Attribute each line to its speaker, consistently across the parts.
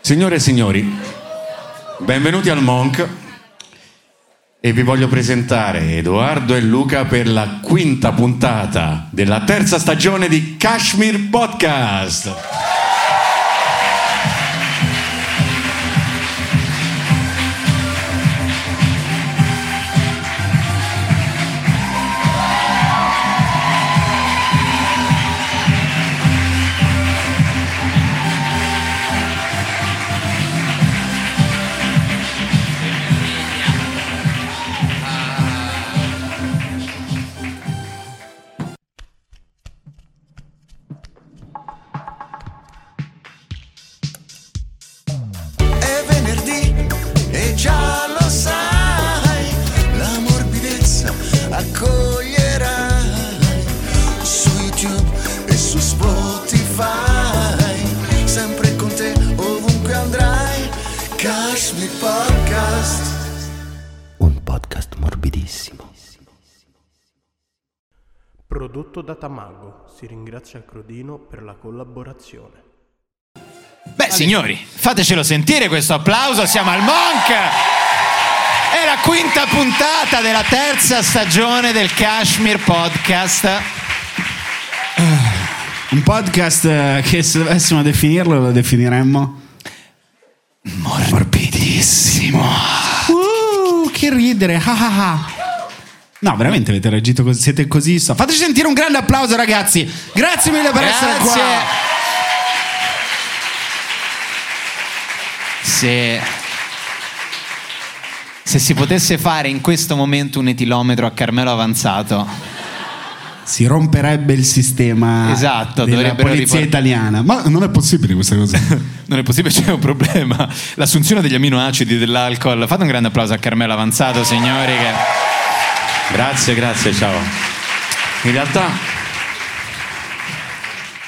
Speaker 1: Signore e signori, benvenuti al Monk e vi voglio presentare Edoardo e Luca per la quinta puntata della terza stagione di Kashmir Podcast.
Speaker 2: È venerdì e già lo sai, la morbidezza accoglierai su YouTube e su Spotify, sempre con te ovunque andrai, Cashmere Podcast.
Speaker 3: Un podcast morbidissimo.
Speaker 4: Prodotto da Tamago, si ringrazia Crodino per la collaborazione.
Speaker 5: Beh, signori, fatecelo sentire questo applauso, siamo al Monk! È la quinta puntata della terza stagione del Kashmir Podcast.
Speaker 6: Un podcast eh, che se dovessimo definirlo lo definiremmo.
Speaker 5: Morbidissimo.
Speaker 6: Uh, che ridere! ah, ah, ah. No, veramente avete reagito così. Siete così. so- Fateci sentire un grande applauso, ragazzi. Grazie mille per essere
Speaker 5: Grazie.
Speaker 6: qua.
Speaker 5: Se... Se si potesse fare in questo momento un etilometro a Carmelo Avanzato,
Speaker 6: Si romperebbe il sistema
Speaker 5: Esatto,
Speaker 6: della
Speaker 5: dovrebbero
Speaker 6: polizia
Speaker 5: ripor-
Speaker 6: italiana. Ma non è possibile questa cosa.
Speaker 5: non è possibile, c'è un problema. L'assunzione degli aminoacidi dell'alcol. Fate un grande applauso a Carmelo Avanzato, signori. Che...
Speaker 1: Grazie, grazie, ciao. In realtà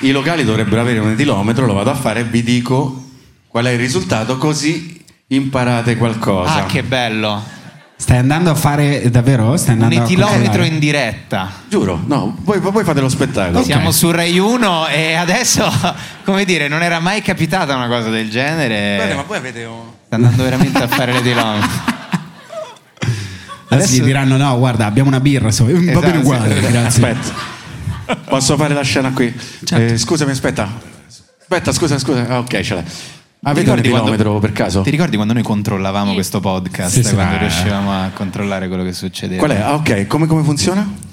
Speaker 1: i locali dovrebbero avere un etilometro, lo vado a fare e vi dico qual è il risultato così imparate qualcosa.
Speaker 5: Ah, che bello!
Speaker 6: Stai andando a fare davvero? Stai
Speaker 5: Un
Speaker 6: andando a
Speaker 5: etilometro
Speaker 6: controllare?
Speaker 5: in diretta.
Speaker 1: Giuro, no, voi, voi fate lo spettacolo.
Speaker 5: Siamo su Rai 1 e adesso, come dire, non era mai capitata una cosa del genere.
Speaker 1: voi avete un...
Speaker 5: Sta andando veramente a fare l'etilometro.
Speaker 6: Adesso gli
Speaker 5: Adesso-
Speaker 6: diranno: no, guarda, abbiamo una birra. so- Va
Speaker 5: Esatto,
Speaker 6: bene uguale.
Speaker 5: sì.
Speaker 6: Grazie. Certo.
Speaker 1: Aspetta, posso fare la scena qui? Eh, scusami, aspetta. Aspetta, scusa, scusa. Ah, ok, ce l'hai. Avete un etilometro per caso?
Speaker 5: Ti ricordi quando noi controllavamo questo podcast?
Speaker 6: Sì, sì.
Speaker 5: quando
Speaker 6: Ah.
Speaker 5: riuscivamo a controllare quello che succedeva?
Speaker 1: Qual è? Ah, ok, come, come funziona?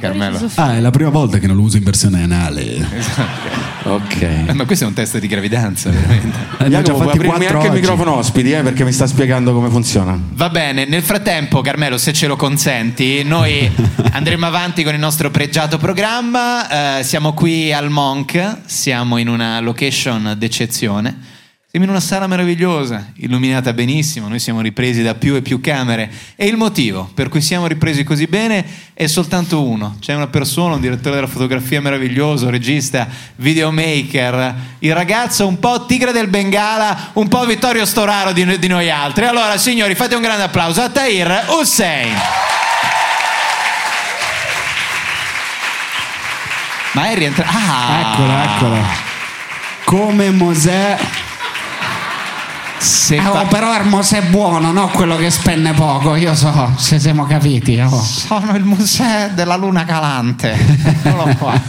Speaker 5: Carmelo.
Speaker 6: Ah, è la prima volta che non lo uso in versione anale.
Speaker 5: Esatto.
Speaker 1: Ok.
Speaker 5: Eh, Ma questo è un test di gravidanza, veramente.
Speaker 6: Abbiamo già
Speaker 1: Jacopo, puoi
Speaker 6: fatti
Speaker 1: aprirmi
Speaker 6: quattro
Speaker 1: anche il
Speaker 6: oggi.
Speaker 1: microfono ospiti, eh, perché mi sta spiegando come funziona.
Speaker 5: Va bene, nel frattempo, Carmelo, se ce lo consenti, noi andremo avanti con il nostro pregiato programma. Eh, siamo qui al Monk, siamo in una location d'eccezione. Siamo in una sala meravigliosa, illuminata benissimo, noi siamo ripresi da più e più camere e il motivo per cui siamo ripresi così bene è soltanto uno, c'è una persona, un direttore della fotografia meraviglioso, regista, videomaker, il ragazzo un po' tigre del Bengala, un po' Vittorio Storaro di, di noi altri. Allora signori fate un grande applauso a Tahir Hussein. Ma è rientrato... Ah,
Speaker 6: Eccola, eccola. Come Mosè.
Speaker 5: Se
Speaker 7: Ah,
Speaker 5: fa-
Speaker 7: oh, però il Mosè è buono, no quello che spende poco, io so, se siamo capiti. oh.
Speaker 5: Sono il museo della luna calante. Eccolo qua.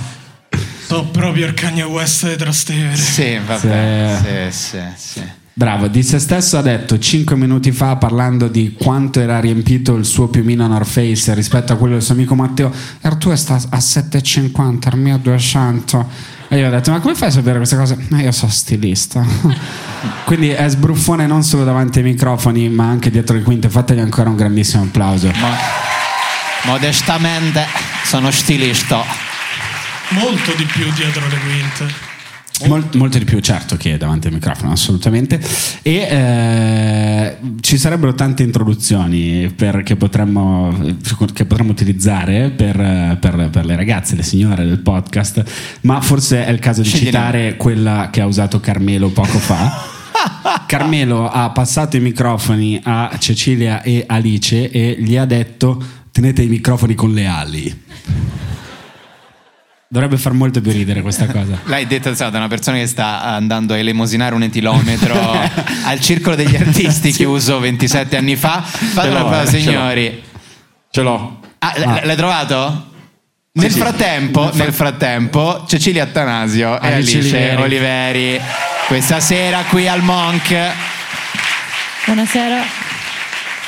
Speaker 8: So proprio il Kanye West di Trastevere.
Speaker 5: Sì, vabbè. Sì, sì, sì.
Speaker 6: Bravo, di se stesso ha detto 5 minuti fa parlando di quanto era riempito il suo piumino North Face rispetto a quello del suo amico Matteo.
Speaker 7: Il tuo sta a 7,50, il mio a 200. E io ho detto, ma come fai a sapere queste cose?
Speaker 6: "Eh,
Speaker 7: Ma io sono stilista.
Speaker 6: Quindi è sbruffone non solo davanti ai microfoni ma anche dietro le quinte. Fategli ancora un grandissimo applauso.
Speaker 5: Mo- modestamente sono stilista.
Speaker 8: Molto di più dietro le quinte.
Speaker 6: Mol- molto di più, certo, che davanti al microfono, assolutamente. E eh, ci sarebbero tante introduzioni per- che, potremmo, che potremmo utilizzare per, eh, per- per le ragazze, le signore del podcast, ma forse è il caso di
Speaker 5: Scegliene.
Speaker 6: citare quella che ha usato Carmelo poco fa. Carmelo ha passato i microfoni a Cecilia e Alice e gli ha detto tenete i microfoni con le ali. Dovrebbe far molto più ridere questa cosa.
Speaker 5: L'hai detto sai, da una persona che sta andando a elemosinare un etilometro al circolo degli artisti chiuso 27 anni fa. Fate
Speaker 1: Ce
Speaker 5: una
Speaker 1: l'ho,
Speaker 5: pausa,
Speaker 1: eh, ce
Speaker 5: signori.
Speaker 1: Ce l'ho.
Speaker 5: Ah, l- l'hai trovato? Nel frattempo, nel frattempo, Cecilia Attanasio e
Speaker 6: Alice
Speaker 5: Alice Oliveri.
Speaker 6: Oliveri.
Speaker 5: questa sera qui al Monk.
Speaker 9: Esatto. Buonasera.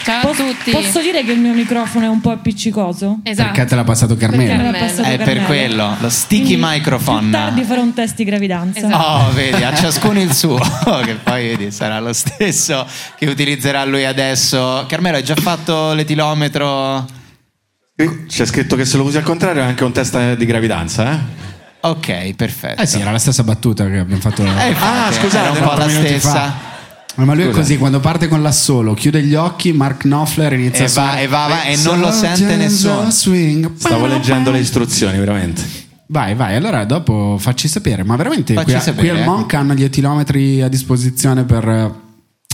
Speaker 10: Ciao a
Speaker 9: Po-
Speaker 10: tutti.
Speaker 9: Posso dire che il mio microfono è un po' appiccicoso?
Speaker 10: Esatto.
Speaker 6: Perché te l'ha passato Carmelo?
Speaker 10: Perché-
Speaker 9: Era passato
Speaker 5: È per
Speaker 9: Carmelo.
Speaker 5: quello, lo sticky
Speaker 9: Quindi,
Speaker 5: microphone.
Speaker 9: Più tardi farò un test di gravidanza.
Speaker 10: Esatto.
Speaker 5: Oh, vedi, a ciascuno il suo, che poi vedi, sarà lo stesso che utilizzerà lui adesso. Carmelo, hai già fatto l'etilometro?
Speaker 1: Qui C'è scritto che se lo usi al contrario è anche un test di gravidanza, eh?
Speaker 5: Ok, perfetto.
Speaker 6: Eh sì, era la stessa battuta che abbiamo fatto.
Speaker 5: Eh, infatti,
Speaker 1: Ah, scusate,
Speaker 5: era un po' la
Speaker 6: minuti
Speaker 5: stessa.
Speaker 6: fa. Ma lui è così, quando parte con la solo, chiude gli occhi, Mark Knopfler
Speaker 5: E
Speaker 6: inizia a
Speaker 5: va-
Speaker 6: suonare.
Speaker 5: e va- va- e non lo sente
Speaker 6: Sargento
Speaker 5: nessuno.
Speaker 6: Swing.
Speaker 1: Stavo leggendo le istruzioni, veramente.
Speaker 6: Vai, vai, allora dopo facci sapere, ma veramente
Speaker 5: Facci
Speaker 6: qui, a-
Speaker 5: sapere,
Speaker 6: qui al
Speaker 5: eh.
Speaker 6: Monk hanno gli etilometri a disposizione per eh,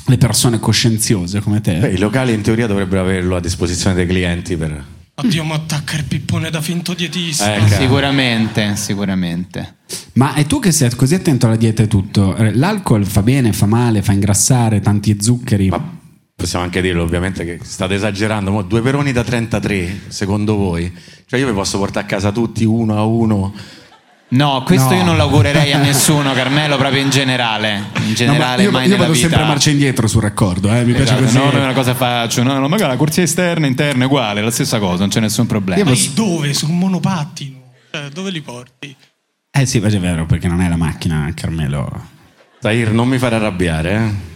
Speaker 6: le persone coscienziose come te.
Speaker 1: Beh, I locali in teoria dovrebbero averlo a disposizione dei clienti per...
Speaker 8: Oddio, mi attacca il pippone da finto dietista.
Speaker 5: Ecco.
Speaker 1: Eh, cazzo.
Speaker 5: Sicuramente, sicuramente.
Speaker 6: Ma è tu che sei così attento alla dieta e tutto? Eh, L'alcol fa bene, fa male, fa ingrassare, tanti zuccheri.
Speaker 1: Ma possiamo anche dirlo, ovviamente, che state esagerando. Mo, due peroni da 33, secondo voi? Cioè, io vi posso portare a casa tutti uno a uno.
Speaker 5: No, questo
Speaker 6: No.
Speaker 5: io non lo augurerei a nessuno, Carmelo, proprio in generale. In
Speaker 6: No, ma
Speaker 5: generale,
Speaker 6: io
Speaker 5: mai
Speaker 6: io
Speaker 5: nella
Speaker 6: vado
Speaker 5: vita.
Speaker 6: sempre a marcia indietro sul raccordo, eh, mi piace
Speaker 5: Esatto,
Speaker 6: così.
Speaker 5: no, non è una cosa facile, no, no, magari la corsia esterna e interna è uguale, è la stessa cosa, non c'è nessun problema.
Speaker 8: Poi dove? Su un monopattino? Cioè, dove li porti?
Speaker 6: Eh sì, ma è vero, perché non è la macchina, Carmelo.
Speaker 1: Tahir, non mi far arrabbiare, eh?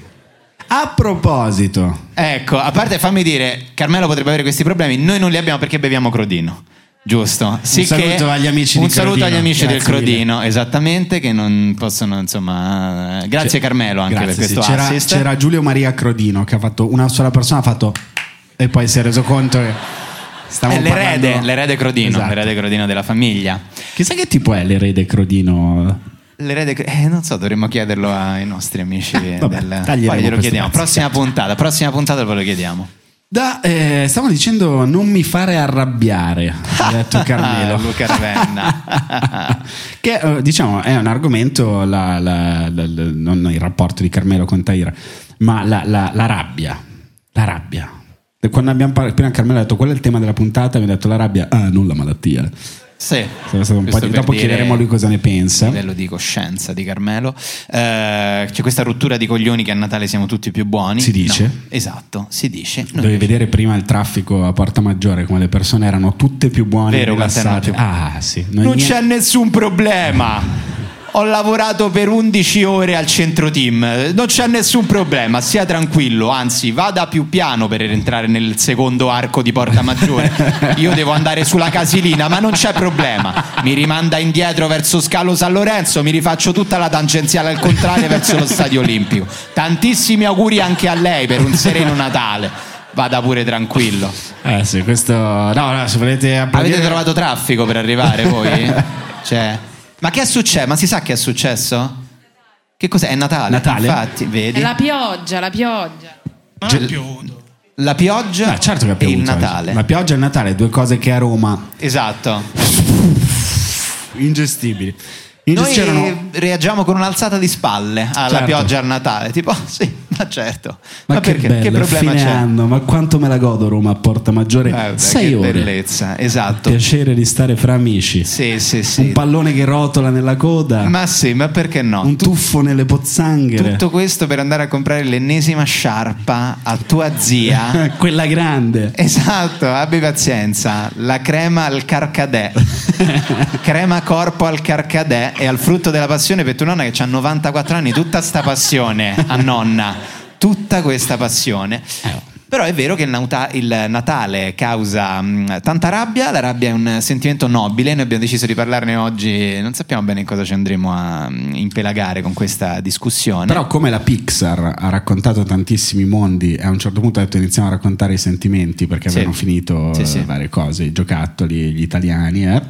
Speaker 6: A proposito,
Speaker 5: Ecco, a parte fammi dire, Carmelo potrebbe avere questi problemi, noi non li abbiamo perché beviamo Crodino. Giusto, sì
Speaker 6: saluto
Speaker 5: che-
Speaker 6: agli amici
Speaker 5: un
Speaker 6: di
Speaker 5: saluto
Speaker 6: Crodino.
Speaker 5: agli amici del
Speaker 6: Grazie mille.
Speaker 5: Crodino, esattamente, che non possono, insomma, eh, grazie
Speaker 6: Cioè,
Speaker 5: Carmelo anche
Speaker 6: grazie,
Speaker 5: per questo
Speaker 6: sì. c'era,
Speaker 5: assist.
Speaker 6: c'era Giulio Maria Crodino che ha fatto una sola persona, ha fatto e poi si è reso conto che stavamo
Speaker 5: Eh, l'erede,
Speaker 6: parlando-
Speaker 5: l'erede Crodino,
Speaker 6: Esatto.
Speaker 5: l'erede Crodino della famiglia.
Speaker 6: Chissà che tipo è l'erede Crodino.
Speaker 5: L'erede, Cro- eh, non so, dovremmo chiederlo ai nostri amici.
Speaker 6: vabbè,
Speaker 5: del... Poi glielo
Speaker 6: taglieremo questo
Speaker 5: chiediamo.
Speaker 6: pezzo.
Speaker 5: Prossima puntata, prossima puntata ve lo chiediamo.
Speaker 6: Da, eh, stavo dicendo non mi fare arrabbiare, ha detto Carmelo.
Speaker 5: Ah, Luca Ravenna.
Speaker 6: che eh, diciamo è un argomento, la- la- la- la- non il rapporto di Carmelo con Taira, ma la, la- la rabbia. La rabbia. E Quando abbiamo parlato, prima Carmelo ha detto qual è il tema della puntata, mi ha detto la rabbia, ah, non la malattia.
Speaker 5: Sì.
Speaker 6: Sono stato un po'
Speaker 5: Questo
Speaker 6: di-
Speaker 5: per
Speaker 6: dopo
Speaker 5: dire
Speaker 6: chiederemo a lui cosa ne pensa.
Speaker 5: il livello di coscienza di Carmelo. Eh, c'è questa rottura di coglioni che a Natale siamo tutti più buoni.
Speaker 6: Si dice.
Speaker 5: No, esatto, si dice. Noi-
Speaker 6: Dovevi vedere prima il traffico a Porta Maggiore, come le persone erano tutte più buone
Speaker 5: Vero,
Speaker 6: e
Speaker 5: quante erano
Speaker 6: rilassate.
Speaker 5: più-
Speaker 6: Ah, sì. Non,
Speaker 5: non
Speaker 6: niente-
Speaker 5: c'è nessun problema. Ho lavorato per 11 ore al centro team, non c'è nessun problema, sia tranquillo, anzi vada più piano per entrare nel secondo arco di Porta Maggiore. Io devo andare sulla casilina, ma non c'è problema. Mi rimanda indietro verso Scalo San Lorenzo, mi rifaccio tutta la tangenziale al contrario verso lo Stadio Olimpico. Tantissimi auguri anche a lei per un sereno Natale. Vada pure tranquillo.
Speaker 6: Eh sì, questo... No, no, se volete applaudire...
Speaker 5: Avete trovato traffico per arrivare voi? cioè, ma che è successo? Ma si sa che è successo? Che cos'è? È Natale.
Speaker 6: Natale?
Speaker 5: Infatti,
Speaker 10: È
Speaker 5: vedi?
Speaker 10: la pioggia, la pioggia.
Speaker 8: Ma non è piovuto.
Speaker 5: La pioggia
Speaker 6: Ah, certo che ha
Speaker 5: e il
Speaker 6: piovuto oggi.
Speaker 5: Natale.
Speaker 6: La pioggia e il Natale, due cose che a Roma
Speaker 5: Esatto.
Speaker 6: ingestibili.
Speaker 5: Noi
Speaker 6: Ingestibili erano-
Speaker 5: reagiamo con un'alzata di spalle alla
Speaker 6: Certo.
Speaker 5: pioggia al Natale. Tipo, sì, ma certo.
Speaker 6: Ma, che
Speaker 5: perché?
Speaker 6: bello,
Speaker 5: che problema
Speaker 6: fine
Speaker 5: c'è?
Speaker 6: anno, ma quanto me la godo Roma a Porta Maggiore?
Speaker 5: Guarda,
Speaker 6: Sei
Speaker 5: che
Speaker 6: ore.
Speaker 5: bellezza, esatto.
Speaker 6: Piacere di stare fra amici.
Speaker 5: Sì, sì,
Speaker 6: Un
Speaker 5: sì.
Speaker 6: pallone che rotola nella coda.
Speaker 5: Ma sì, ma perché no?
Speaker 6: Un tuffo nelle pozzanghere.
Speaker 5: Tutto questo per andare a comprare l'ennesima sciarpa a tua zia
Speaker 6: Quella grande.
Speaker 5: Esatto, abbi pazienza. La crema al carcadè. crema corpo al carcadè e al frutto della passione per tua nonna che ha 94 anni, tutta sta passione a nonna. Tutta questa passione.
Speaker 6: Eh.
Speaker 5: Però è vero che il, nauta- il Natale causa mh, tanta rabbia, la rabbia è un sentimento nobile, noi abbiamo deciso di parlarne oggi, non sappiamo bene in cosa ci andremo a mh, impelagare con questa discussione.
Speaker 6: Però come la Pixar ha raccontato tantissimi mondi e a un certo punto ha detto iniziamo a raccontare i sentimenti perché
Speaker 5: Sì.
Speaker 6: avevano finito
Speaker 5: Sì,
Speaker 6: eh,
Speaker 5: sì.
Speaker 6: varie cose, i giocattoli, gli italiani, eh.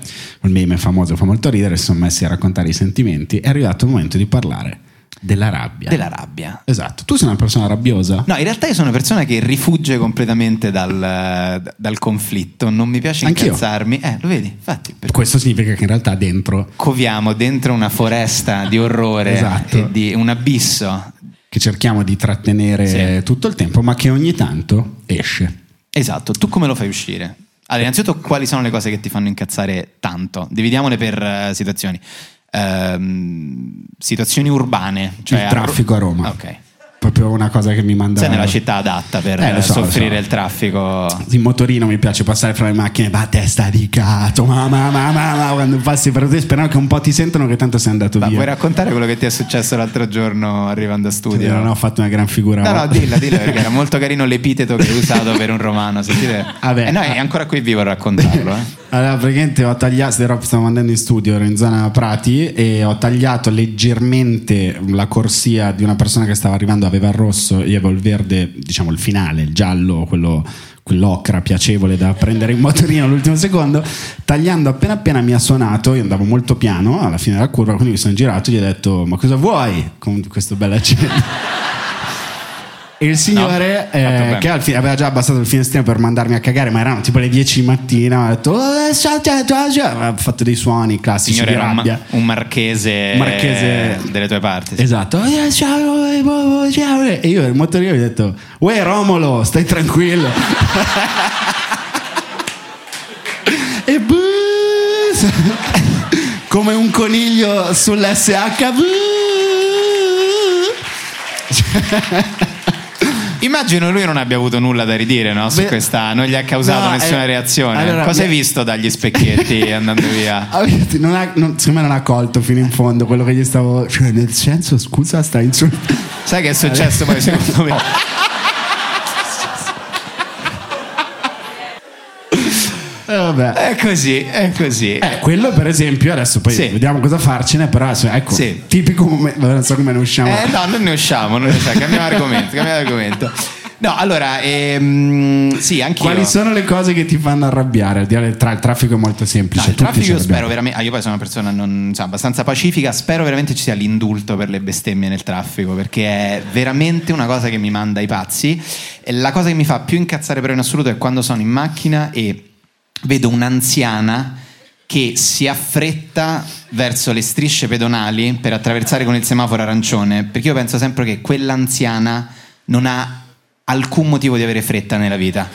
Speaker 6: il meme famoso fa molto ridere, si sono messi a raccontare i sentimenti, è arrivato il momento di parlare Della rabbia.
Speaker 5: Della rabbia.
Speaker 6: Esatto. Tu sei una persona rabbiosa.
Speaker 5: No, in realtà io sono una persona che rifugge completamente dal, dal conflitto, non mi piace
Speaker 6: Anch'io.
Speaker 5: incazzarmi. Eh, lo vedi? Infatti,
Speaker 6: Questo significa che in realtà dentro
Speaker 5: coviamo dentro una foresta di orrore
Speaker 6: Esatto.
Speaker 5: e di un abisso.
Speaker 6: che cerchiamo di trattenere tutto il tempo, ma che ogni tanto esce.
Speaker 5: Esatto, tu come lo fai uscire? Allora, innanzitutto, quali sono le cose che ti fanno incazzare tanto? Dividiamole per eh, situazioni. Ehm, situazioni urbane, cioè
Speaker 6: il traffico a Roma.
Speaker 5: Ok.
Speaker 6: Proprio una cosa che mi manda
Speaker 5: Sei nella città adatta per
Speaker 6: Eh, lo so, lo
Speaker 5: soffrire
Speaker 6: so.
Speaker 5: il traffico.
Speaker 6: in motorino mi piace passare fra le macchine, ma testa di cazzo, ma ma ma ma, ma, quando passi per te speravo che un po' ti sentono che tanto sei andato
Speaker 5: Ma
Speaker 6: via.
Speaker 5: vuoi raccontare quello che ti è successo l'altro giorno arrivando a
Speaker 6: Io
Speaker 5: studio?
Speaker 6: non ho fatto una gran figura.
Speaker 5: No, no, dillo, dillo, perché era molto carino l'epiteto che hai usato per un romano. Sentite.
Speaker 6: Vabbè.
Speaker 5: Eh, no, è ancora qui vivo a raccontarlo. eh.
Speaker 6: Allora, praticamente ho tagliato, se ero- stavo andando in studio, ero in zona Prati e ho tagliato leggermente la corsia di una persona che stava arrivando, aveva il rosso, io avevo il verde, diciamo il finale, il giallo, quello, quell'ocra piacevole da prendere in motorino all'ultimo secondo, tagliando appena appena mi ha suonato, io andavo molto piano alla fine della curva, quindi mi sono girato e gli ho detto ma cosa vuoi con questo bel accento? E il signore, eh,
Speaker 11: bene.
Speaker 6: che al fine- aveva già abbassato il finestrino per mandarmi a cagare, ma erano tipo le 10 di mattina, ha detto, "Oh, ciao, ciao, ciao, ciao", aveva fatto dei suoni classici
Speaker 5: Signore
Speaker 6: di
Speaker 5: era un,
Speaker 6: rabbia.
Speaker 5: ma- un marchese,
Speaker 6: Marchese.
Speaker 5: delle tue parti. sì.
Speaker 6: Esatto, "Eh, ciao, eh, boh, boh, ciao", eh. e io il motorino gli ho detto, uè Romolo, stai tranquillo. e buzz, come un coniglio sull'SH.
Speaker 5: Immagino lui non abbia avuto nulla da ridire no? su
Speaker 6: Beh,
Speaker 5: questa, non gli ha causato
Speaker 6: no,
Speaker 5: nessuna
Speaker 6: eh,
Speaker 5: reazione.
Speaker 6: allora,
Speaker 5: Cosa
Speaker 6: mi-
Speaker 5: hai visto dagli specchietti andando via?
Speaker 6: Avete- non ha- non- secondo me non ha colto fino in fondo quello che gli stavo. Cioè, nel senso, scusa, stai insultando.
Speaker 5: Sai che è successo poi secondo me? È così, è così.
Speaker 6: Eh, quello per esempio, adesso poi
Speaker 5: Sì.
Speaker 6: vediamo cosa farcene, però adesso, ecco,
Speaker 5: Sì.
Speaker 6: tipico momento, non so come ne usciamo.
Speaker 5: Eh no, non ne usciamo, non ne usciamo. cambiamo argomento, cambiamo argomento. No, allora, ehm, sì, anch'io.
Speaker 6: Quali sono le cose che ti fanno arrabbiare? Al di là del tra- il traffico è molto
Speaker 5: No,
Speaker 6: semplice.
Speaker 5: il
Speaker 6: tutti ci
Speaker 5: traffico io spero
Speaker 6: arrabbiamo.
Speaker 5: veramente. Ah, io poi sono una persona non- insomma, abbastanza pacifica. Spero veramente ci sia l'indulto per le bestemmie nel traffico, perché è veramente una cosa che mi manda ai pazzi. E la cosa che mi fa più incazzare però in assoluto è quando sono in macchina e vedo un'anziana che si affretta verso le strisce pedonali per attraversare con il semaforo arancione, perché io penso sempre che quell'anziana non ha alcun motivo di avere fretta nella vita.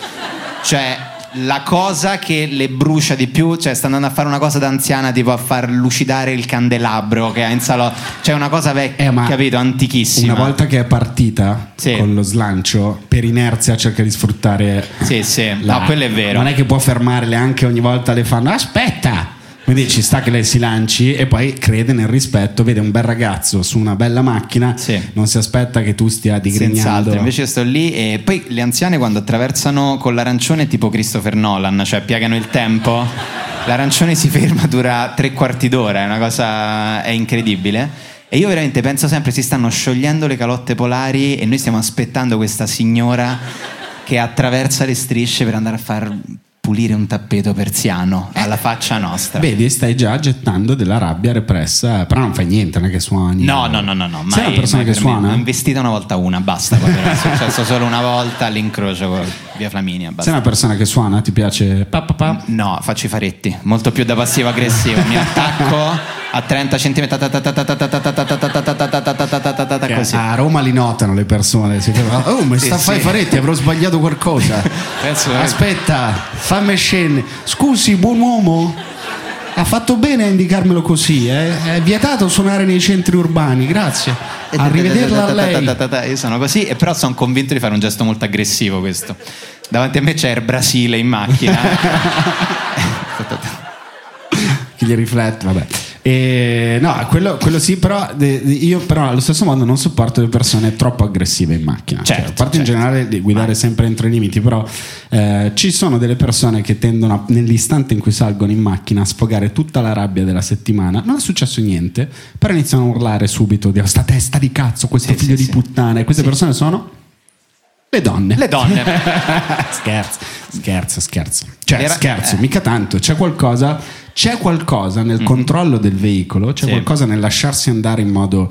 Speaker 5: Cioè, la cosa che le brucia di più, cioè sta andando a fare una cosa da anziana, tipo a far lucidare il candelabro che ha in salotto, cioè una cosa vecchia, capito, antichissima.
Speaker 6: Eh, Una volta che è partita con lo slancio, per inerzia cerca di sfruttare.
Speaker 5: Sì, sì,
Speaker 6: la-
Speaker 5: no, quello è vero.
Speaker 6: Non è che può fermarle anche ogni volta le fanno aspetta. Quindi ci sta che lei si lanci e poi crede nel rispetto, vede un bel ragazzo su una bella macchina, non si aspetta che tu stia digrignando.
Speaker 5: Senz'altro, invece io sto lì e poi le anziane quando attraversano con l'arancione è tipo Christopher Nolan, cioè piegano il tempo, l'arancione si ferma, dura tre quarti d'ora, è una cosa è incredibile. E io veramente penso sempre si stanno sciogliendo le calotte polari e noi stiamo aspettando questa signora che attraversa le strisce per andare a far pulire un tappeto persiano alla faccia nostra.
Speaker 6: Vedi, stai già gettando della rabbia repressa, però non fai niente, non è che suoni.
Speaker 5: No, no, no, no, no.
Speaker 6: Sei
Speaker 5: mai-
Speaker 6: una persona
Speaker 5: mai
Speaker 6: che
Speaker 5: per me.
Speaker 6: suona?
Speaker 5: Ho investito una volta una, basta. poi per me È successo solo una volta all'incrocio con via Flaminia.
Speaker 6: Sei
Speaker 5: Basta.
Speaker 6: una persona che suona, ti piace... pa, pa, pa?
Speaker 5: No, faccio i faretti, molto più da passivo aggressivo. Mi attacco a 30 cm.
Speaker 6: Che
Speaker 5: Così.
Speaker 6: Eh, A Roma li notano le persone, si fermano, oh ma
Speaker 5: Sì,
Speaker 6: sta a fare
Speaker 5: sì.
Speaker 6: faretti, avrò sbagliato qualcosa.
Speaker 5: Penso veramente-
Speaker 6: Aspetta, fammi scendere. Scusi, buon uomo, ha fatto bene a indicarmelo così, eh? è vietato suonare nei centri urbani, grazie.
Speaker 5: Eh,
Speaker 6: Arrivederla a lei.
Speaker 5: Io sono così, e però sono convinto di fare un gesto molto aggressivo questo. Davanti a me c'è il Brasile in macchina.
Speaker 6: Chi gli riflette, vabbè. E, no, quello, quello sì, però de- de- io però allo stesso modo non sopporto le persone troppo aggressive in macchina. Cioè,
Speaker 5: Certo,
Speaker 6: a parte in generale di guidare sempre entro i limiti, però eh, ci sono delle persone che tendono a- nell'istante in cui salgono in macchina a sfogare tutta la rabbia della settimana. Non è successo niente, però iniziano a urlare subito di "Oh, sta testa di cazzo, questo figlio di puttana. E queste persone sono le donne.
Speaker 5: Le donne.
Speaker 6: scherzo, scherzo, scherzo. Cioè,
Speaker 5: Era-
Speaker 6: scherzo,
Speaker 5: eh. Mm.
Speaker 6: mica tanto. C'è qualcosa c'è qualcosa nel controllo del veicolo, c'è
Speaker 5: Sì.
Speaker 6: qualcosa nel lasciarsi andare in modo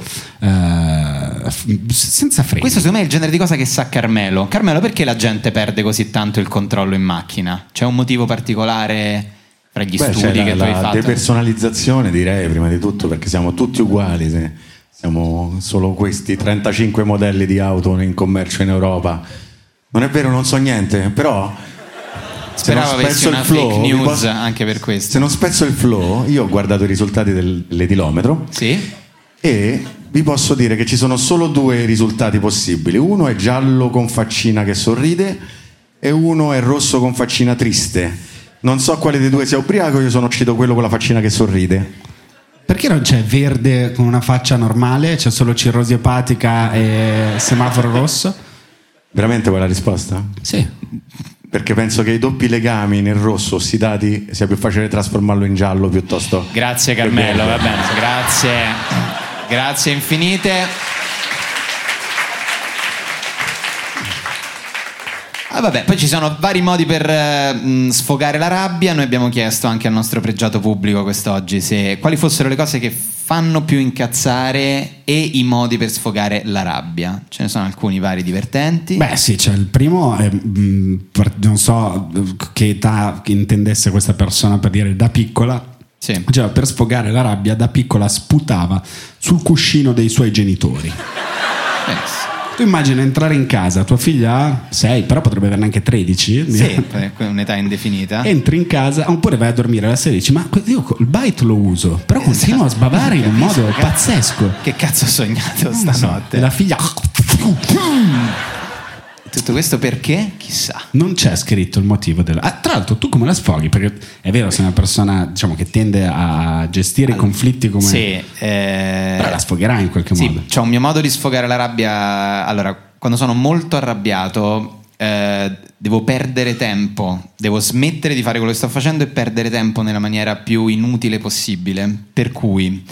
Speaker 6: eh, f- senza freni.
Speaker 5: Questo secondo me è il genere di cosa che sa Carmelo. Carmelo, perché la gente perde così tanto il controllo in macchina? C'è un motivo particolare fra gli
Speaker 1: Beh, c'è
Speaker 5: studi
Speaker 1: la-
Speaker 5: che tu
Speaker 1: la
Speaker 5: hai fatto?
Speaker 1: depersonalizzazione direi prima di tutto perché siamo tutti uguali se- siamo solo questi 35 modelli di auto in commercio in Europa non è vero non so niente però se non
Speaker 5: Speravo avessi
Speaker 1: spezzo
Speaker 5: una
Speaker 1: il flow,
Speaker 5: fake
Speaker 1: vi
Speaker 5: news
Speaker 1: posso-
Speaker 5: anche per questo.
Speaker 1: se non spezzo il flow io ho guardato i risultati del- dell'etilometro e vi posso dire che ci sono solo due risultati possibili uno è giallo con faccina che sorride e uno è rosso con faccina triste non so quale dei due sia ubriaco io sono uscito quello con la faccina che sorride
Speaker 7: Perché non c'è verde con una faccia normale, c'è solo cirrosi epatica e semaforo rosso?
Speaker 1: Veramente vuoi la risposta?
Speaker 7: Sì.
Speaker 1: Perché penso che i doppi legami nel rosso ossidati sia più facile trasformarlo in giallo piuttosto.
Speaker 5: Grazie Carmelo,
Speaker 1: Che
Speaker 5: va
Speaker 1: bello.
Speaker 5: bene, grazie. Grazie infinite. Ah, vabbè, poi ci sono vari modi per eh, mh, sfogare la rabbia. Noi abbiamo chiesto anche al nostro pregiato pubblico quest'oggi se quali fossero le cose che fanno più incazzare e i modi per sfogare la rabbia. Ce ne sono alcuni vari divertenti.
Speaker 6: Beh, sì, c'è il primo, eh, mh, per- non so eh, che età intendesse questa persona per dire da piccola. Diceva, per sfogare la rabbia, da piccola sputava sul cuscino dei suoi genitori. Tu immagini entrare in casa, tua figlia ha 6, però potrebbe averne anche 13.
Speaker 5: Sì, è un'età indefinita.
Speaker 6: Entri in casa, oppure vai a dormire la sera e dici: Ma que- io il bite lo uso, però continuo a sbavare in un
Speaker 5: Capisco,
Speaker 6: modo
Speaker 5: Eh, esatto. cazzo.
Speaker 6: pazzesco.
Speaker 5: Che cazzo ho sognato
Speaker 6: Non lo so.
Speaker 5: stanotte?
Speaker 6: E la figlia.
Speaker 5: Tutto questo perché? Chissà.
Speaker 6: Non c'è scritto il motivo della. Ah, tra l'altro, tu come la sfoghi? Perché è vero, sei una persona diciamo, che tende a gestire i conflitti come.
Speaker 5: Ah, Sì, eh,
Speaker 6: Però la sfogherai in qualche
Speaker 5: sì,
Speaker 6: modo.
Speaker 5: c'è un mio modo di sfogare la rabbia. Allora, quando sono molto arrabbiato, eh, devo perdere tempo, devo smettere di fare quello che sto facendo e perdere tempo nella maniera più inutile possibile. Per cui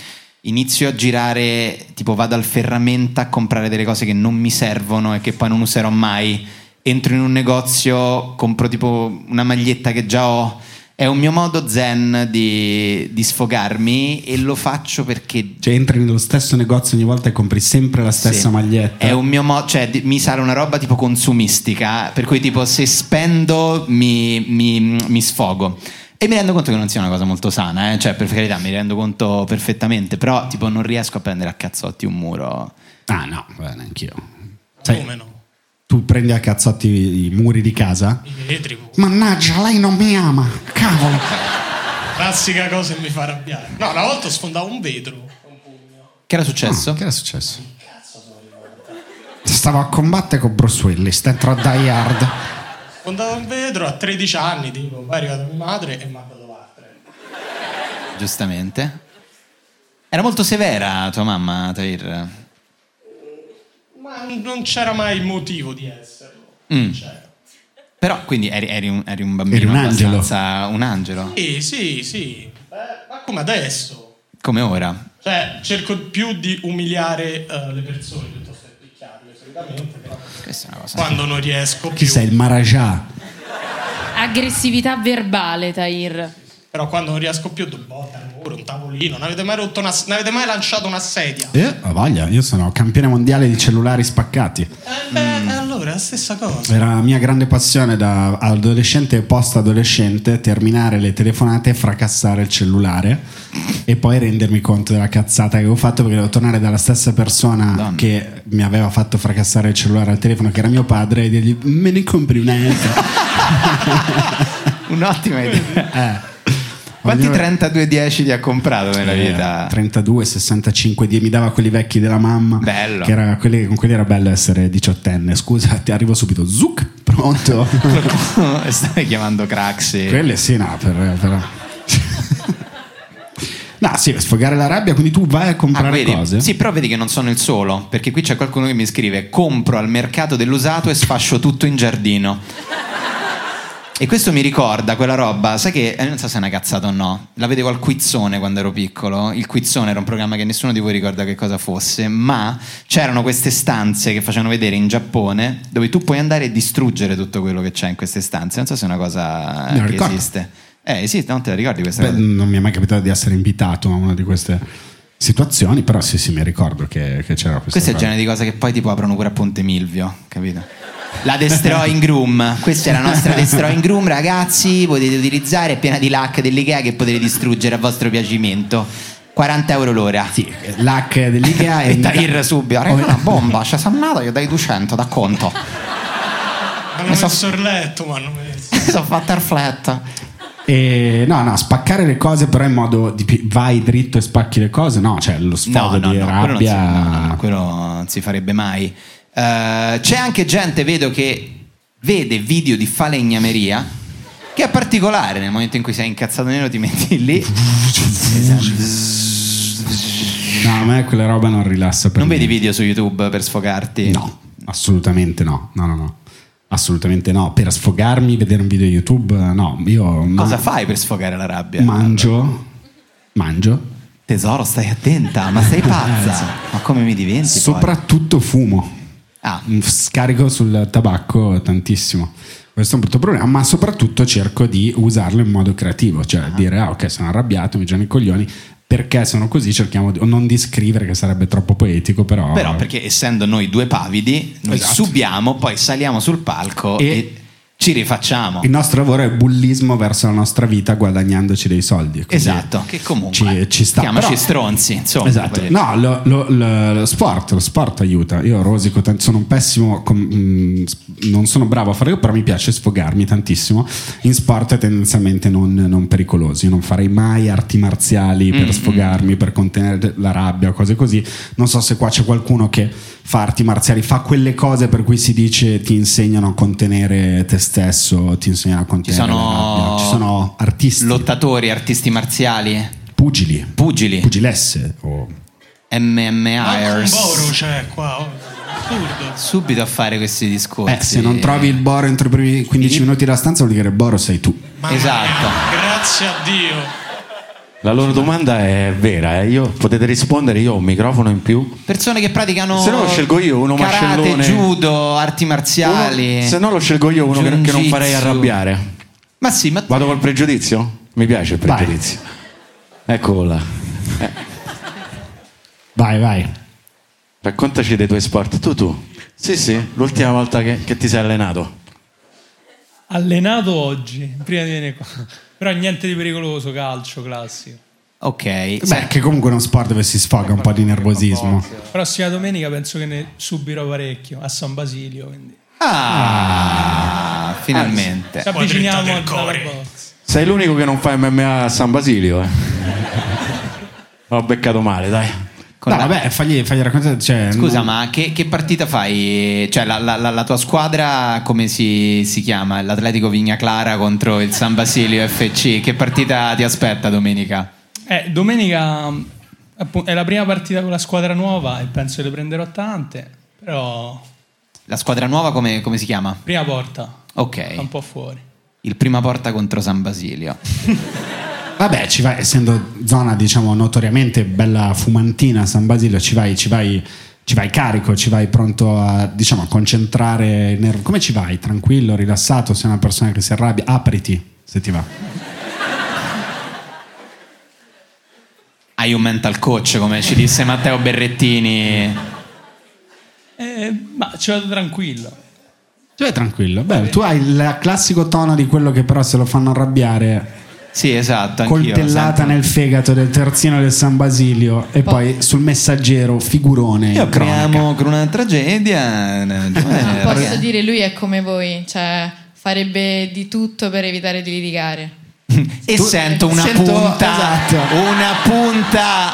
Speaker 5: inizio a girare, tipo vado al ferramenta a comprare delle cose che non mi servono e che poi non userò mai. Entro in un negozio, compro tipo una maglietta che già ho. È un mio modo zen di, di sfogarmi e lo faccio perché
Speaker 6: Cioè, entri nello stesso negozio ogni volta e compri sempre la stessa
Speaker 5: Sì.
Speaker 6: maglietta.
Speaker 5: È un mio modo, cioè di- mi sale una roba tipo consumistica, per cui tipo se spendo mi, mi- mi sfogo. E mi rendo conto che non sia una cosa molto sana, eh, cioè per carità mi rendo conto perfettamente, però tipo non riesco a prendere a cazzotti un muro.
Speaker 6: Ah no, neanch'io. Come no? Tu prendi a cazzotti i muri di casa?
Speaker 8: Elettrico.
Speaker 7: Mannaggia, lei non mi ama, cavolo.
Speaker 8: Classica cosa che mi fa arrabbiare. No, una volta sfondavo un vetro.
Speaker 5: Che era successo?
Speaker 6: Ah, che era successo?
Speaker 7: Stavo a combattere con Bruce Willis dentro a Die Hard.
Speaker 8: Sfondavo un vetro a 13 anni, tipo. Poi è arrivata mia madre e mi ha dato parte.
Speaker 5: Giustamente. Era molto severa tua mamma, Tahir.
Speaker 8: Ma non c'era mai motivo di esserlo.
Speaker 5: Mm.
Speaker 6: Certo.
Speaker 5: Però quindi eri, eri un, eri un bambino
Speaker 6: Eri un angelo.
Speaker 5: abbastanza un angelo,
Speaker 8: Sì, sì, sì. Eh, ma come adesso?
Speaker 5: come ora.
Speaker 8: Cioè, cerco più di umiliare eh, le persone piuttosto che picchiarle, solitamente. Però
Speaker 5: Questa è una cosa.
Speaker 8: Quando non riesco
Speaker 6: Chi
Speaker 8: più.
Speaker 6: sei? Il Marajà?
Speaker 10: Aggressività verbale, Tahir.
Speaker 8: Però quando non riesco più, do botta al muro, un tavolino. Non avete mai rotto una. Non avete mai lanciato una sedia?
Speaker 6: Eh, ho voglia, io sono campione mondiale di cellulari spaccati.
Speaker 8: Eh, beh,
Speaker 6: Mm.
Speaker 8: allora è la stessa cosa.
Speaker 6: Era la mia grande passione da adolescente e post-adolescente terminare le telefonate e fracassare il cellulare e poi rendermi conto della cazzata che avevo fatto perché devo tornare dalla stessa persona che mi aveva fatto fracassare il cellulare al telefono, che era mio padre, e dirgli me ne compri un'altra.
Speaker 5: Un'ottima idea. Quanti
Speaker 6: Eh. Ognuno-
Speaker 5: 3210 ti ha comprato nella vita?
Speaker 6: Eh, 32, 65, die- mi dava quelli vecchi della mamma.
Speaker 5: Bello.
Speaker 6: Che era, quelli, con quelli era bello essere diciottenne. Scusa, ti arrivo subito. Zuc, pronto.
Speaker 5: Stai chiamando Craxi.
Speaker 6: Quelle sì, no, per, per- No, sì, per sfogare la rabbia, quindi tu vai a
Speaker 5: Ah,
Speaker 6: comprare
Speaker 5: vedi?
Speaker 6: cose.
Speaker 5: Sì, però vedi che non sono il solo, perché qui c'è qualcuno che mi scrive: compro al mercato dell'usato e sfascio tutto in giardino. E questo mi ricorda quella roba, sai che eh, non so se è una cazzata o no. La vedevo al Quizzone quando ero piccolo. Il Quizzone era un programma che nessuno di voi ricorda che cosa fosse, ma c'erano queste stanze che facevano vedere in Giappone dove tu puoi andare e distruggere tutto quello che c'è in queste stanze. Non so se è una cosa eh,
Speaker 6: Me lo
Speaker 5: che
Speaker 6: ricordo.
Speaker 5: esiste. Eh sì, non te la ricordi questa
Speaker 6: Beh,
Speaker 5: cosa?
Speaker 6: non mi è mai capitato di essere invitato a una di queste situazioni, però sì, sì, mi ricordo che, che c'era Ah, questa
Speaker 5: Questo è il
Speaker 6: cosa.
Speaker 5: genere di cose che poi tipo aprono pure a Ponte Milvio, capito? La Destroying Room, questa è la nostra Destroying Room, ragazzi, potete utilizzare, è piena di lac dell'IKEA che potete distruggere a vostro piacimento. 40 euro l'ora. Sì,
Speaker 6: lac dell'IKEA
Speaker 5: e Tahir subito. Raga, una bomba, c'è Sannata, io dai 200, da conto.
Speaker 8: Hanno messo il letto, ma hanno messo.
Speaker 5: Sono fatta flat.
Speaker 6: E, no, no, spaccare le cose però in modo di pi- vai dritto e spacchi le cose, no, cioè lo sfogo di
Speaker 5: quello non si-
Speaker 6: rabbia.
Speaker 5: no, no, quello non si farebbe mai. Eh, c'è anche gente, vedo, che vede video di falegnameria, che è particolare nel momento in cui sei incazzato nero ti metti lì. Esatto.
Speaker 6: No, a me quella roba non rilassa per
Speaker 5: non
Speaker 6: niente.
Speaker 5: vedi video su YouTube per sfogarti?
Speaker 6: No, assolutamente no. No, no, no. Assolutamente no. Per sfogarmi, vedere un video YouTube, no. Io
Speaker 5: Cosa
Speaker 6: man-
Speaker 5: fai per sfogare la rabbia?
Speaker 6: Mangio, mangio.
Speaker 5: Tesoro, stai attenta, ma sei
Speaker 6: Eh, sì.
Speaker 5: pazza. ma come mi diventi? poi?
Speaker 6: Soprattutto fumo. Mm,
Speaker 5: Ah.
Speaker 6: Scarico sul tabacco tantissimo. Questo è un brutto problema, ma soprattutto cerco di usarlo in modo creativo, cioè dire ah ok sono arrabbiato, mi giranno i coglioni, perché sono così cerchiamo di o non di scrivere che sarebbe troppo poetico, però...
Speaker 5: Però perché essendo noi due pavidi, noi
Speaker 6: Esatto.
Speaker 5: subiamo, poi saliamo sul palco e,
Speaker 6: E-
Speaker 5: ci rifacciamo.
Speaker 6: Il nostro lavoro è bullismo verso la nostra vita guadagnandoci dei soldi. quindi
Speaker 5: Esatto, che comunque
Speaker 6: Ci, ci sta.
Speaker 5: chiamaci
Speaker 6: Però-
Speaker 5: stronzi, insomma.
Speaker 6: Esatto,
Speaker 5: voglio dire.
Speaker 6: no, lo, lo- lo- lo sport, lo sport aiuta. Io rosico, tan- sono un pessimo, com- mm, s- non sono bravo a farlo, però mi piace sfogarmi tantissimo. In sport tendenzialmente non, non pericolosi, Io non farei mai arti marziali
Speaker 11: Mm,
Speaker 6: per
Speaker 11: mm.
Speaker 6: sfogarmi, per contenere la rabbia, cose così. Non so se qua c'è qualcuno che fa arti marziali, fa quelle cose per cui si dice ti insegnano a contenere te stesso, ti insegnano a
Speaker 5: Ci
Speaker 1: eh,
Speaker 6: contenere la
Speaker 5: sono,
Speaker 6: rabbia. Ci sono artisti,
Speaker 5: lottatori, artisti marziali,
Speaker 6: pugili,
Speaker 5: pugili,
Speaker 6: pugilesse o
Speaker 5: MMA.
Speaker 8: Un Boro c'è qua, oh, assurdo.
Speaker 5: Subito a fare questi discorsi.
Speaker 6: Eh, se non trovi il Boro entro i primi 15 minuti della stanza, vuol dire Boro sei tu.
Speaker 5: Esatto.
Speaker 8: Grazie a Dio.
Speaker 1: La loro domanda è vera, eh? io, potete rispondere, io ho un microfono in più.
Speaker 5: Persone che praticano
Speaker 1: Se no lo scelgo io, uno
Speaker 5: karate,
Speaker 1: mascellone.
Speaker 5: judo, arti marziali.
Speaker 1: Se no lo scelgo io uno che, che non
Speaker 5: Jiu-jitsu.
Speaker 1: farei arrabbiare.
Speaker 5: Ma sì, ma
Speaker 1: Vado col pregiudizio? Mi piace il pregiudizio. Eccolo là.
Speaker 6: Vai, vai.
Speaker 1: Raccontaci dei tuoi sport. Tu, tu. Sì, sì, l'ultima volta che, che ti sei allenato.
Speaker 8: Allenato oggi, prima di venire qua. Però niente di pericoloso, calcio classico.
Speaker 5: Ok.
Speaker 6: Beh, che comunque è uno sport dove si sfoga un po' di nervosismo.
Speaker 8: Prossima domenica penso che ne subirò parecchio a San Basilio. Quindi.
Speaker 5: Ah, finalmente.
Speaker 8: Ci avviciniamo al box.
Speaker 1: Sei l'unico che non fa MMA a San Basilio, eh. Ho beccato male, dai.
Speaker 6: No, vabbè, fagli, fagli raccontare. Cioè,
Speaker 5: Scusa,
Speaker 6: non-
Speaker 5: ma che, che partita fai? Cioè, la, la- la- la tua squadra come si, si chiama? L'Atletico Vigna Clara contro il San Basilio FC. Che partita ti aspetta domenica?
Speaker 8: Eh, domenica mh, appu- è la prima partita con la squadra nuova e penso che le prenderò tante. Però
Speaker 5: La squadra nuova come, come si chiama?
Speaker 8: prima porta, è
Speaker 5: Ok,
Speaker 8: un po' fuori.
Speaker 5: il prima porta contro San Basilio.
Speaker 6: Vabbè, ci vai, essendo zona, diciamo, notoriamente bella fumantina, San Basilio, ci vai, ci vai, ci vai carico, ci vai pronto a, diciamo, a concentrare il nervo. Come ci vai? Tranquillo, rilassato, sei una persona che si arrabbia, apriti se ti va.
Speaker 5: Hai un mental coach, come ci disse Matteo Berrettini.
Speaker 8: Eh, ma ci vado tranquillo.
Speaker 6: Tu vai tranquillo. Beh, tu hai il classico tono di quello che però se lo fanno arrabbiare
Speaker 5: Sì, esatto. anch'io lo
Speaker 6: coltellata
Speaker 5: sento.
Speaker 6: nel fegato del terzino del San Basilio e poi sul messaggero figurone in
Speaker 5: Io
Speaker 6: cronaca.
Speaker 5: creiamo con una tragedia.
Speaker 10: No,
Speaker 5: Eh,
Speaker 10: posso
Speaker 5: perché-
Speaker 10: dire, lui è come voi, cioè farebbe di tutto per evitare di litigare.
Speaker 5: E sento una
Speaker 6: sento-
Speaker 5: punta.
Speaker 6: esatto.
Speaker 5: Una punta.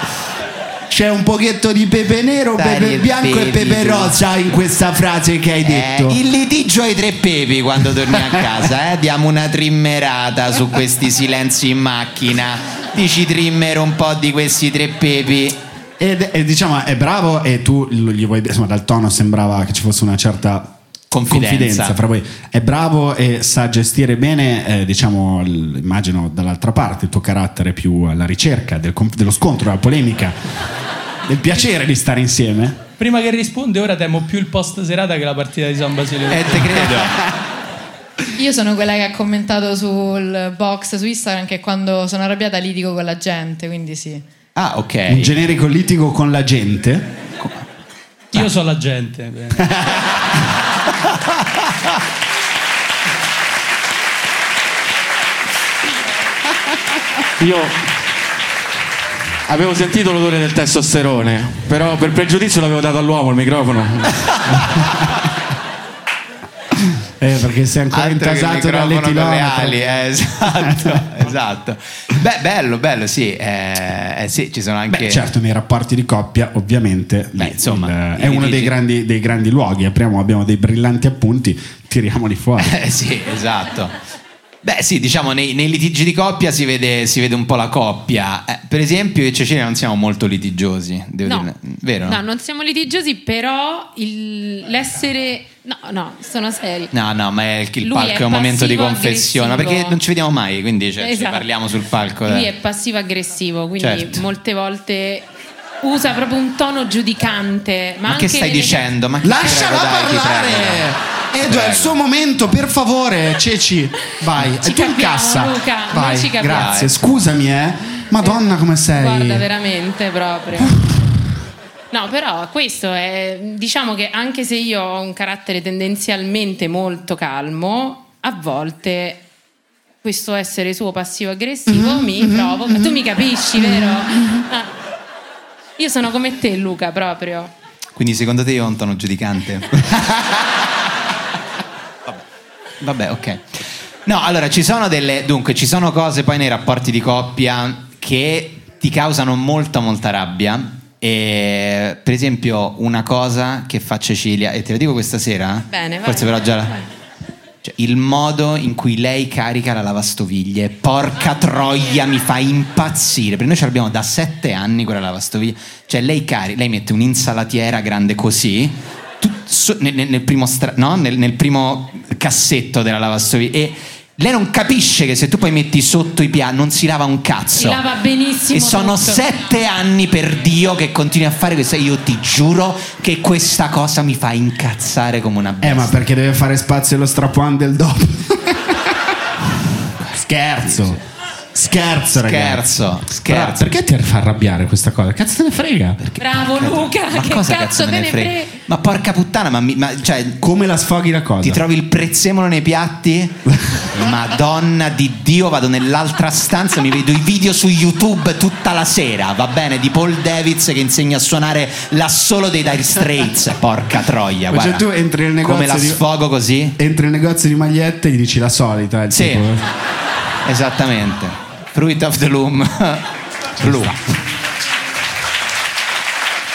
Speaker 6: c'è un pochetto di pepe nero,
Speaker 5: Dai,
Speaker 6: pepe bianco e pepe
Speaker 5: ripetilo.
Speaker 6: rosa in questa frase che hai detto.
Speaker 5: Eh, il litigio ai tre pepi quando torni a casa, eh? diamo una trimmerata su questi silenzi in macchina. Dici trimmero un po' di questi tre pepi.
Speaker 6: Ed e diciamo è bravo e tu lo- gli vuoi insomma dal tono sembrava che ci fosse una certa
Speaker 5: Confidenza.
Speaker 6: fra voi. È bravo e sa gestire bene, eh, diciamo, l- immagino dall'altra parte il tuo carattere più alla ricerca del conf- dello scontro, della polemica, del piacere di stare insieme.
Speaker 8: Prima che risponde, ora temo più il post serata che la partita di San Basilio.
Speaker 5: E te credo.
Speaker 10: Io sono quella che ha commentato sul box su Instagram che quando sono arrabbiata litigo con la gente, quindi sì.
Speaker 5: Ah, ok.
Speaker 6: Un generico litigo con la gente.
Speaker 8: Io so la gente. bene.
Speaker 1: Io avevo sentito l'odore del testosterone, però per pregiudizio l'avevo dato all'uomo il microfono.
Speaker 6: Eh, perché sei ancora
Speaker 5: Altro che il
Speaker 6: intasato dalle
Speaker 5: microfono con le
Speaker 6: tilonate.
Speaker 5: ali, eh, esatto, esatto. Beh, bello, bello, sì, eh, eh, sì, ci sono anche...
Speaker 6: Beh, certo, nei rapporti di coppia, ovviamente, lì
Speaker 5: insomma,
Speaker 6: il- eh, è uno dei
Speaker 5: litigi-
Speaker 6: grandi, dei grandi luoghi. Apriamo, abbiamo dei brillanti appunti, tiriamoli fuori.
Speaker 5: Eh, sì, esatto. Beh, sì, diciamo, nei, nei litigi di coppia si vede, si vede un po' la coppia. Eh, per esempio, io e Cecilia non siamo molto litigiosi, devo
Speaker 11: No.
Speaker 5: dire. Vero?
Speaker 11: No, non siamo litigiosi, però il- l'essere... No, no, sono seri.
Speaker 5: No, no, ma è il, il
Speaker 11: Lui
Speaker 5: palco
Speaker 11: è
Speaker 5: è, un momento di
Speaker 11: passivo-aggressivo.
Speaker 5: confessione, ma perché non ci vediamo mai, quindi cioè, ci
Speaker 11: Esatto.
Speaker 5: parliamo sul palco.
Speaker 11: Lui
Speaker 5: eh.
Speaker 11: è passivo-aggressivo, quindi
Speaker 5: Certo.
Speaker 11: molte volte usa proprio un tono giudicante.
Speaker 5: Ma
Speaker 11: Ma,
Speaker 5: che
Speaker 11: anche
Speaker 5: stai
Speaker 11: nelle-
Speaker 5: dicendo? Ma
Speaker 12: Lasciala parlare!
Speaker 11: Eh,
Speaker 12: Edo, è il suo momento, per favore, Ceci. Vai,
Speaker 11: Ci
Speaker 12: e tu in
Speaker 11: capiamo,
Speaker 12: cassa.
Speaker 11: Luca, noi
Speaker 12: Vai,
Speaker 11: ci capiamo.
Speaker 12: grazie. Scusami, eh. Madonna, come sei?
Speaker 11: Guarda, veramente proprio. No, però questo è. Diciamo che anche se io ho un carattere tendenzialmente molto calmo, a volte questo essere suo passivo-aggressivo
Speaker 5: Mm-hmm,
Speaker 11: mi provo. Ma tu mi capisci, vero? Ah. Io sono come te, Luca, proprio.
Speaker 5: Quindi secondo te io ho un tono giudicante? Vabbè. Vabbè, ok. No, allora ci sono delle. Dunque, ci sono cose poi nei rapporti di coppia che ti causano molta, molta rabbia. E, per esempio, una cosa che fa Cecilia, e te la dico questa sera? eh,
Speaker 11: Bene, vai.
Speaker 5: Forse però già. la- Cioè, il modo in cui lei carica la lavastoviglie, porca troia, mi fa impazzire. Perché noi ce l'abbiamo da sette anni quella lavastoviglie. Cioè, lei, cari- lei mette un'insalatiera grande così, tu- so- nel, nel- nel primo stra- no? Nel- nel primo cassetto della lavastoviglie. E lei non capisce che se tu poi metti sotto i piatti non si lava un
Speaker 11: Si
Speaker 5: cazzo.
Speaker 11: lava benissimo.
Speaker 5: E sono
Speaker 11: tutto.
Speaker 5: sette anni per Dio che continui a fare questo. Io ti giuro che questa cosa mi fa incazzare come una bestia.
Speaker 6: Eh, ma perché deve fare spazio allo strapuan del dopo? scherzo. Scherzo, ragazzi.
Speaker 5: Scherzo,
Speaker 6: scherzo. perché ti fa arrabbiare questa cosa? Cazzo te ne frega?
Speaker 11: Bravo Luca,
Speaker 5: Ma
Speaker 11: che
Speaker 5: cosa
Speaker 11: cazzo,
Speaker 5: cazzo
Speaker 11: te
Speaker 5: me
Speaker 11: ne,
Speaker 5: ne
Speaker 11: frega?
Speaker 5: frega? Ma porca puttana, ma, mi- ma, cioè,
Speaker 6: come la sfoghi la cosa?
Speaker 5: Ti trovi il prezzemolo nei piatti? Madonna di Dio, vado nell'altra stanza, mi vedo i video su YouTube tutta la sera, va bene? Di Paul Davids che insegna a suonare l'assolo dei Dire Straits, porca troia,
Speaker 6: Ma cioè,
Speaker 5: guarda.
Speaker 6: tu entri nel negozio
Speaker 5: Come la
Speaker 6: di-
Speaker 5: sfogo così?
Speaker 6: Entri nel negozio di magliette e gli dici la solita. il
Speaker 5: Sì.
Speaker 6: tipo. eh.
Speaker 5: Esattamente. Fruit of the Loom. Blu.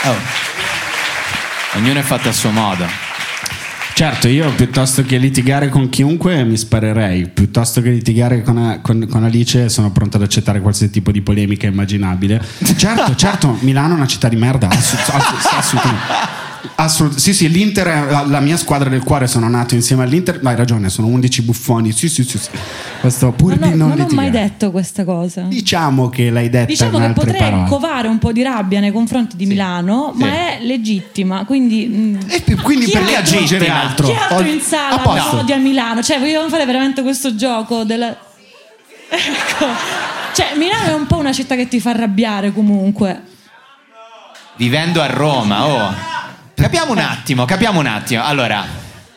Speaker 5: Oh. Ognuno è fatto a suo modo.
Speaker 6: Certo, io piuttosto che litigare con chiunque mi sparerei, piuttosto che litigare con, con- con Alice sono pronto ad accettare qualsiasi tipo di polemica immaginabile. Certo, certo, Milano è una città di merda, assu- assu- assolutamente. Assolut- sì, sì, l'Inter è la, la mia squadra del cuore, sono nato insieme all'Inter, ma hai ragione, sono 11 buffoni, sì, sì, sì, sì. Questo pur
Speaker 9: No,
Speaker 6: di non,
Speaker 9: non ho mai
Speaker 6: litigare.
Speaker 9: detto questa cosa.
Speaker 6: Diciamo che l'hai detta
Speaker 9: Diciamo
Speaker 6: in
Speaker 9: che
Speaker 6: altre
Speaker 9: potrei
Speaker 6: parole.
Speaker 9: covare un po' di rabbia nei confronti di Milano, ma è legittima, quindi...
Speaker 6: e quindi perché aggiungere altro?
Speaker 9: Chi altro
Speaker 6: Ho-
Speaker 9: in
Speaker 6: a
Speaker 9: sala
Speaker 6: posto.
Speaker 9: odia Milano? Cioè, vogliamo fare veramente questo gioco della... Ecco. Cioè, Milano è un po' una città che ti fa arrabbiare comunque.
Speaker 5: Vivendo a Roma, oh. Capiamo un attimo, capiamo un attimo. Allora,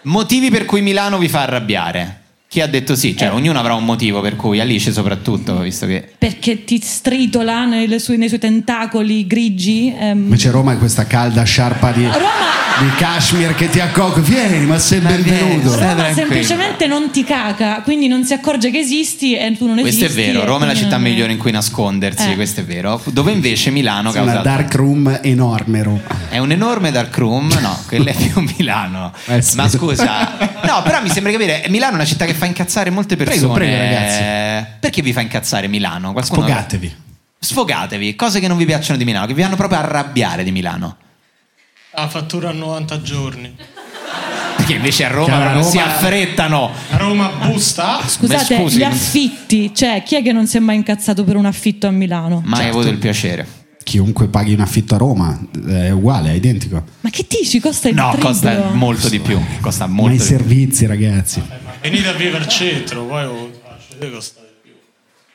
Speaker 5: motivi per cui Milano vi fa arrabbiare. Chi ha detto sì?
Speaker 9: Eh.
Speaker 5: Cioè, ognuno avrà un motivo per cui, Alice soprattutto, visto che...
Speaker 9: Perché ti stritola nelle sue- nei suoi tentacoli grigi. ehm.
Speaker 12: Invece Roma è questa calda sciarpa di, di cashmere che ti accoglie. Vieni, ma sei benvenuto.
Speaker 9: Roma semplicemente non ti caca, quindi non si accorge che esisti e tu non esisti.
Speaker 5: Questo è vero,
Speaker 9: e
Speaker 5: Roma è la
Speaker 9: quindi
Speaker 5: città
Speaker 9: non-
Speaker 5: migliore in cui nascondersi,
Speaker 9: Eh.
Speaker 5: questo è vero. Dove invece Milano
Speaker 12: Sì, Una
Speaker 5: causa...
Speaker 12: dark room enorme, Roma.
Speaker 5: È un enorme dark room, no, quella è più Milano. Ma scusa, no, però mi sembra capire, Milano è una città che fa incazzare molte persone.
Speaker 12: Prego, prego, ragazzi.
Speaker 5: Perché vi fa incazzare Milano? Qualcuno-
Speaker 12: Sfogatevi.
Speaker 5: Sfogatevi, cose che non vi piacciono di Milano, che vi fanno proprio arrabbiare di Milano.
Speaker 8: La fattura a 90 giorni.
Speaker 5: Perché invece a
Speaker 8: Che
Speaker 5: Roma,
Speaker 8: a
Speaker 5: non
Speaker 8: Roma-
Speaker 5: si affrettano.
Speaker 8: A Roma busta.
Speaker 9: Scusate,
Speaker 5: Ma scusi,
Speaker 9: gli
Speaker 5: non-
Speaker 9: affitti, cioè chi è che non si è mai incazzato per un affitto a Milano?
Speaker 5: Mai avuto il piacere.
Speaker 6: Chiunque paghi un affitto a Roma eh, è uguale, è identico.
Speaker 9: Ma che dici? Costa il
Speaker 5: No,
Speaker 9: triplo.
Speaker 5: costa molto di più. Costa
Speaker 6: Ma i
Speaker 5: molto di più.
Speaker 6: servizi, ragazzi.
Speaker 8: Venite a vivere al centro, poi oh, vedete cosa state-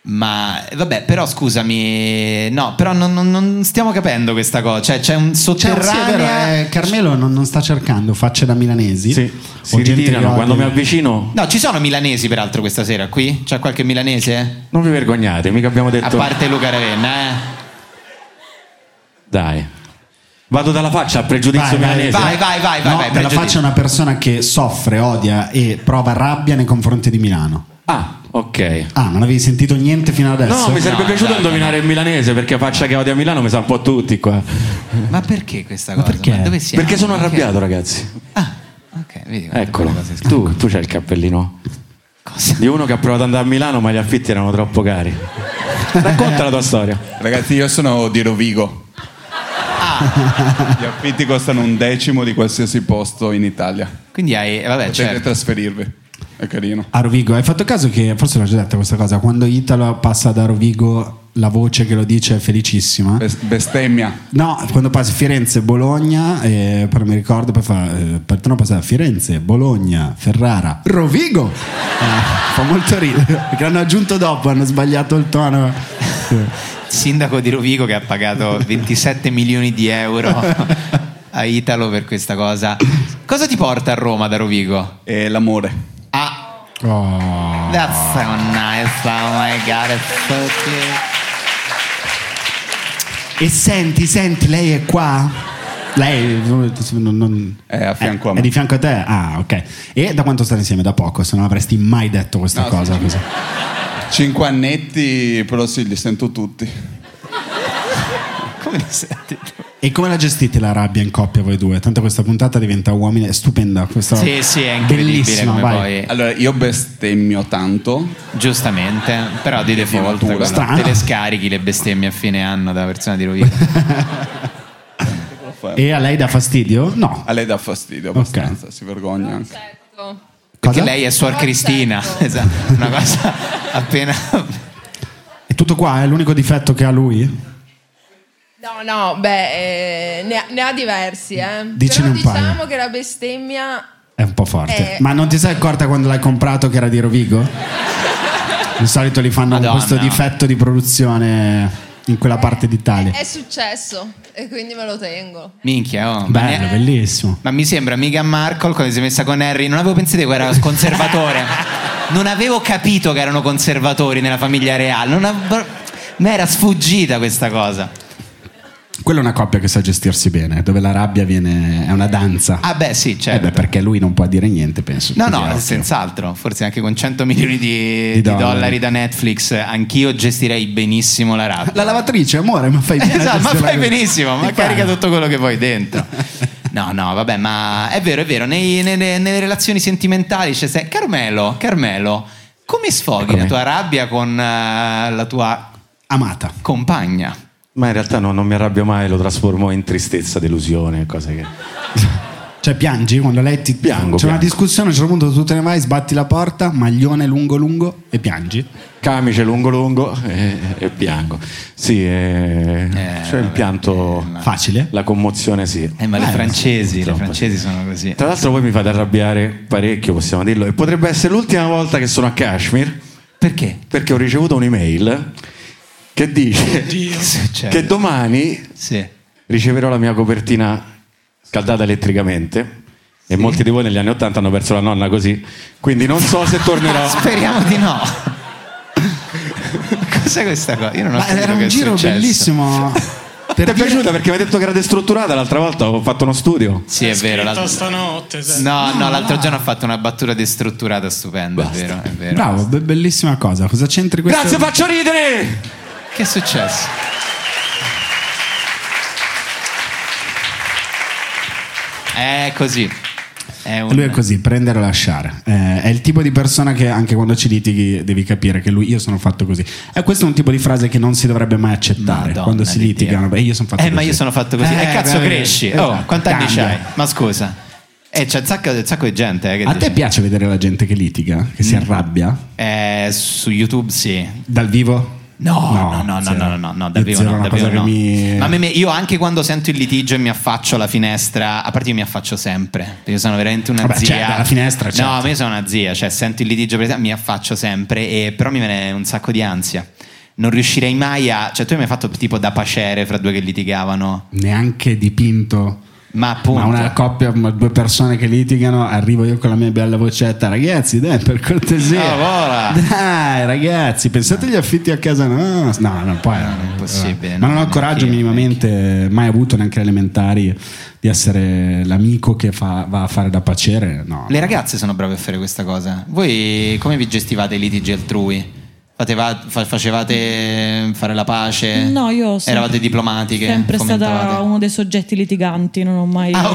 Speaker 5: Ma eh, vabbè, però scusami, no, però non, non- non stiamo capendo questa cosa. Cioè, c'è un
Speaker 6: Sì, è vero,
Speaker 5: sotterraneo.
Speaker 6: eh, Carmelo non, non sta cercando facce da milanesi. Sì,
Speaker 1: Si ritirano quando mi avvicino.
Speaker 5: No, ci sono milanesi peraltro questa sera qui? C'è qualche milanese?
Speaker 1: Non vi vergognate, mica abbiamo detto.
Speaker 5: A parte Luca Ravenna, eh.
Speaker 1: Dai. Vado dalla faccia a
Speaker 6: Vai,
Speaker 1: pregiudizio
Speaker 6: vai,
Speaker 1: milanese.
Speaker 6: vai,
Speaker 5: vai, vai,
Speaker 6: no, te la faccio una persona che soffre, odia e prova rabbia nei confronti di Milano.
Speaker 1: Ah, ok.
Speaker 6: Ah, non avevi sentito niente fino ad adesso?
Speaker 1: No, mi sarebbe piaciuto indovinare il milanese perché faccia che odia Milano mi sa un po' tutti qua.
Speaker 5: Ma perché questa cosa?
Speaker 1: perché?
Speaker 5: Ma dove siamo?
Speaker 1: Perché sono arrabbiato, ragazzi.
Speaker 5: Ok, vedi, guarda,
Speaker 1: Eccolo.
Speaker 5: quelle cose scritte.
Speaker 1: Tu, tu c'hai il cappellino. Di uno che ha provato ad andare a Milano, ma gli affitti erano troppo cari. Racconta la tua storia.
Speaker 13: Ragazzi, io sono di Rovigo.
Speaker 5: Ah!
Speaker 13: Gli affitti costano un decimo di qualsiasi posto in Italia.
Speaker 5: Quindi hai. eh, Vabbè, certo.
Speaker 13: Potete trasferirvi. È carino.
Speaker 6: A Rovigo, hai fatto caso che, forse l'ho già detta questa cosa, quando Italo passa da Rovigo la voce che lo dice è felicissima.
Speaker 13: Bestemmia.
Speaker 6: No, quando passa Firenze, Bologna, eh, però mi ricordo, poi fa, eh, per te non passava Firenze, Bologna, Ferrara, Rovigo. Eh, fa molto ridere, perché l'hanno aggiunto dopo, hanno sbagliato il tono.
Speaker 5: Sindaco di Rovigo che ha pagato 27 milioni di euro a Italo per questa cosa. Cosa ti porta a Roma da Rovigo?
Speaker 13: Eh, l'amore.
Speaker 5: Ah. That's so nice. Oh my god, it's so cute.
Speaker 6: E senti, senti, lei è qua? Lei non- non-
Speaker 13: è a fianco a me.
Speaker 6: È di fianco a te? Ah, ok. E da quanto state insieme? Da poco, se non avresti mai detto questa
Speaker 13: No,
Speaker 6: cosa.
Speaker 13: sì.
Speaker 6: così.
Speaker 13: Cinque annetti, però sì, li sento tutti.
Speaker 5: Come li senti?
Speaker 6: E come la gestite la rabbia in coppia voi due? Tanto questa puntata diventa uomini, è stupenda questa Bellissima, vai.
Speaker 13: Allora, io bestemmio tanto.
Speaker 5: Giustamente, però di default
Speaker 13: natura.
Speaker 5: quando
Speaker 13: Strano.
Speaker 5: te le scarichi le bestemmie a fine anno da persona di Rovigo.
Speaker 6: E a lei dà fastidio? No.
Speaker 13: A lei dà fastidio abbastanza, si vergogna anche.
Speaker 5: Perché lei è Suor Cristina, esatto, una cosa appena
Speaker 6: E tutto qua è l'unico difetto che ha lui?
Speaker 3: No, no, beh, eh, ne, ha, ne ha diversi, eh.
Speaker 6: Dicene
Speaker 3: Però
Speaker 6: un paio.
Speaker 3: diciamo che la bestemmia...
Speaker 6: È un po' forte.
Speaker 3: Eh.
Speaker 6: Ma non ti sei accorta quando l'hai comprato che era di Rovigo? Di solito li fanno con
Speaker 5: Madonna.
Speaker 6: questo difetto di produzione in quella parte d'Italia.
Speaker 14: Eh.
Speaker 3: È successo e quindi me lo tengo.
Speaker 5: minchia. Oh, ma
Speaker 6: Bello,
Speaker 5: ne-
Speaker 6: bellissimo.
Speaker 5: Ma mi sembra mica Markle quando si è messa con Harry, non avevo pensato che era conservatore. non avevo capito che erano conservatori nella famiglia reale, non av- mi era sfuggita questa cosa.
Speaker 6: Quella è una coppia che sa gestirsi bene, dove la rabbia viene, è una danza.
Speaker 5: Ah beh, sì,
Speaker 6: Eh
Speaker 5: certo.
Speaker 6: beh, perché lui non può dire niente, penso.
Speaker 5: No,
Speaker 6: Quindi
Speaker 5: no,
Speaker 6: è ovvio.
Speaker 5: senz'altro, forse anche con 100 milioni di, di
Speaker 6: dollari.
Speaker 5: dollari. da Netflix, anch'io gestirei benissimo la rabbia.
Speaker 6: La lavatrice, amore, ma fai bene. a
Speaker 5: Esatto, ma
Speaker 6: gestire
Speaker 5: fai
Speaker 6: la-
Speaker 5: benissimo, ma
Speaker 6: Ti fa-
Speaker 5: carica tutto quello che vuoi dentro. No, no, vabbè, ma è vero, è vero, nei- nelle, nelle relazioni sentimentali c'è se- Carmelo, Carmelo, come sfoghi la tua rabbia con eh, la tua
Speaker 6: amata
Speaker 5: compagna?
Speaker 1: Ma in realtà no, non mi arrabbio mai, lo trasformo in tristezza, delusione, cose che.
Speaker 6: Cioè, piangi quando lei ti
Speaker 1: Piango,
Speaker 6: C'è una
Speaker 1: piango.
Speaker 6: discussione, a un certo punto tu te ne vai, sbatti la porta, maglione lungo lungo e piangi.
Speaker 1: Camice lungo lungo e, e piango. Sì, eh, cioè il pianto
Speaker 6: facile.
Speaker 1: La commozione sì.
Speaker 5: Eh, ma le francesi, le
Speaker 1: purtroppo
Speaker 5: francesi sono così.
Speaker 1: Tra l'altro voi mi fate arrabbiare parecchio, possiamo dirlo, e potrebbe essere l'ultima volta che sono a Kashmir.
Speaker 5: Perché?
Speaker 1: Perché ho ricevuto un'email che dice
Speaker 5: Certo.
Speaker 1: che domani riceverò la mia copertina scaldata elettricamente. E molti di voi negli anni 80 hanno perso la nonna così, quindi non so se tornerò.
Speaker 5: Speriamo di no. Cos'è questa cosa? Io non ho
Speaker 6: Ma
Speaker 5: capito
Speaker 6: era
Speaker 5: che
Speaker 6: un
Speaker 5: è
Speaker 6: giro
Speaker 5: successo.
Speaker 6: bellissimo.
Speaker 1: Ti è piaciuta perché mi hai detto che era destrutturata l'altra volta, ho fatto uno studio.
Speaker 5: Sì, è vero. l'altro-
Speaker 8: stanotte, sai.
Speaker 5: No, no,
Speaker 8: No,
Speaker 5: l'altro giorno ha fatto una battuta destrutturata stupenda, è vero, è vero.
Speaker 6: Bravo, be- bellissima cosa. Cosa c'entri questo?
Speaker 5: Grazie, faccio
Speaker 1: ridere!
Speaker 5: Che è successo? È così. È un-
Speaker 6: Lui è così, prendere o lasciare. Eh, è il tipo di persona che anche quando ci litighi devi capire che lui, io sono fatto così. E questo è un tipo di frase che non si dovrebbe mai accettare quando si litigano. E io sono fatto
Speaker 5: Eh,
Speaker 6: così.
Speaker 5: ma io sono fatto così. E
Speaker 6: Eh,
Speaker 5: cazzo
Speaker 6: vabbè,
Speaker 5: cresci? Oh,
Speaker 6: esatto,
Speaker 5: quant'anni
Speaker 6: cambia.
Speaker 5: c'hai? Ma scusa. E c'è un sacco, un sacco di gente. eh, che
Speaker 6: A
Speaker 5: dice-
Speaker 6: te piace
Speaker 5: Mm.
Speaker 6: vedere la gente che litiga, che si arrabbia?
Speaker 5: Eh, su YouTube sì.
Speaker 6: Dal vivo?
Speaker 5: No, no, no, no,
Speaker 6: zero.
Speaker 5: no, no, no, davvero
Speaker 6: Zero è
Speaker 5: no.
Speaker 6: una
Speaker 5: davvero
Speaker 6: cosa
Speaker 5: no.
Speaker 6: che mi-
Speaker 5: Ma a me- me- io anche quando sento il litigio e mi affaccio alla finestra, a parte io mi affaccio sempre, perché sono veramente una
Speaker 6: Vabbè,
Speaker 5: zia.
Speaker 6: certo, alla finestra, certo.
Speaker 5: No, ma io sono una zia, cioè sento il litigio, per esempio, mi affaccio sempre, e, però mi viene un sacco di ansia. Non riuscirei mai a... Cioè tu mi hai fatto tipo da pacere fra due che litigavano.
Speaker 6: Neanche dipinto.
Speaker 5: Ma appunto.
Speaker 6: Ma una coppia, ma due persone che litigano, arrivo io con la mia bella vocetta, ragazzi, dai, per
Speaker 5: Ah,
Speaker 6: cortesia.
Speaker 5: Allora.
Speaker 6: Dai, ragazzi, pensate agli affitti a casa nostra. No, no, poi è
Speaker 5: Ah, impossibile.
Speaker 6: Ma non ho coraggio minimamente, mai avuto neanche alle elementari, di essere l'amico che fa- va a fare da pacere. No.
Speaker 5: Le ragazze sono brave a fare questa cosa. Voi come vi gestivate i litigi altrui? Fateva- fa- facevate mm, fare la pace?
Speaker 9: No, io sono
Speaker 5: eh, Eravate diplomatiche?
Speaker 9: sempre
Speaker 5: Fomentavate?
Speaker 9: stata uno dei soggetti litiganti, non ho mai
Speaker 5: Ah,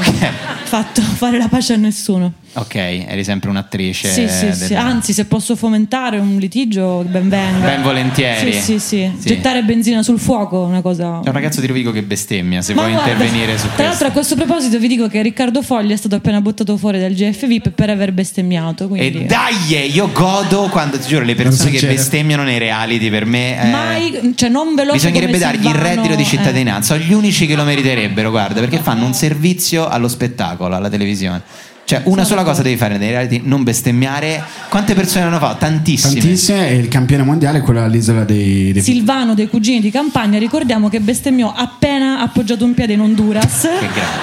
Speaker 9: fatto fare la pace a nessuno.
Speaker 5: Ok, eri sempre un'attrice.
Speaker 9: sì, sì,
Speaker 5: del-
Speaker 9: sì. Anzi, se posso fomentare un litigio, ben venga.
Speaker 5: Ben volentieri.
Speaker 9: Sì, sì, sì.
Speaker 5: Sì.
Speaker 9: Gettare benzina sul fuoco è una cosa.
Speaker 5: C'è un ragazzo di Rovigo che bestemmia, se
Speaker 9: Ma
Speaker 5: vuoi
Speaker 9: guarda,
Speaker 5: intervenire su
Speaker 9: Tra
Speaker 5: questo.
Speaker 9: l'altro, a questo proposito, vi dico che Riccardo Fogli è stato appena buttato fuori dal GFVip per aver bestemmiato. Quindi...
Speaker 5: E dai, eh, io godo quando ti giuro le persone che
Speaker 9: succede.
Speaker 5: bestemmiano nei reality per me. eh,
Speaker 9: Mai, cioè, non veloce
Speaker 5: Bisognerebbe
Speaker 9: come
Speaker 5: dargli il
Speaker 9: Silvano,
Speaker 5: reddito di
Speaker 9: eh.
Speaker 5: cittadinanza, sono gli unici che lo meriterebbero, guarda, perché fanno un servizio allo spettacolo, alla televisione. Cioè, una sola cosa devi fare nei reality, non bestemmiare. Quante persone hanno fatto? Tantissime.
Speaker 6: Tantissime, e il campione mondiale è quello dell'isola dei, dei
Speaker 9: Silvano dei cugini di campagna, ricordiamo che bestemmiò appena appoggiato un piede in Honduras.
Speaker 5: Che grande.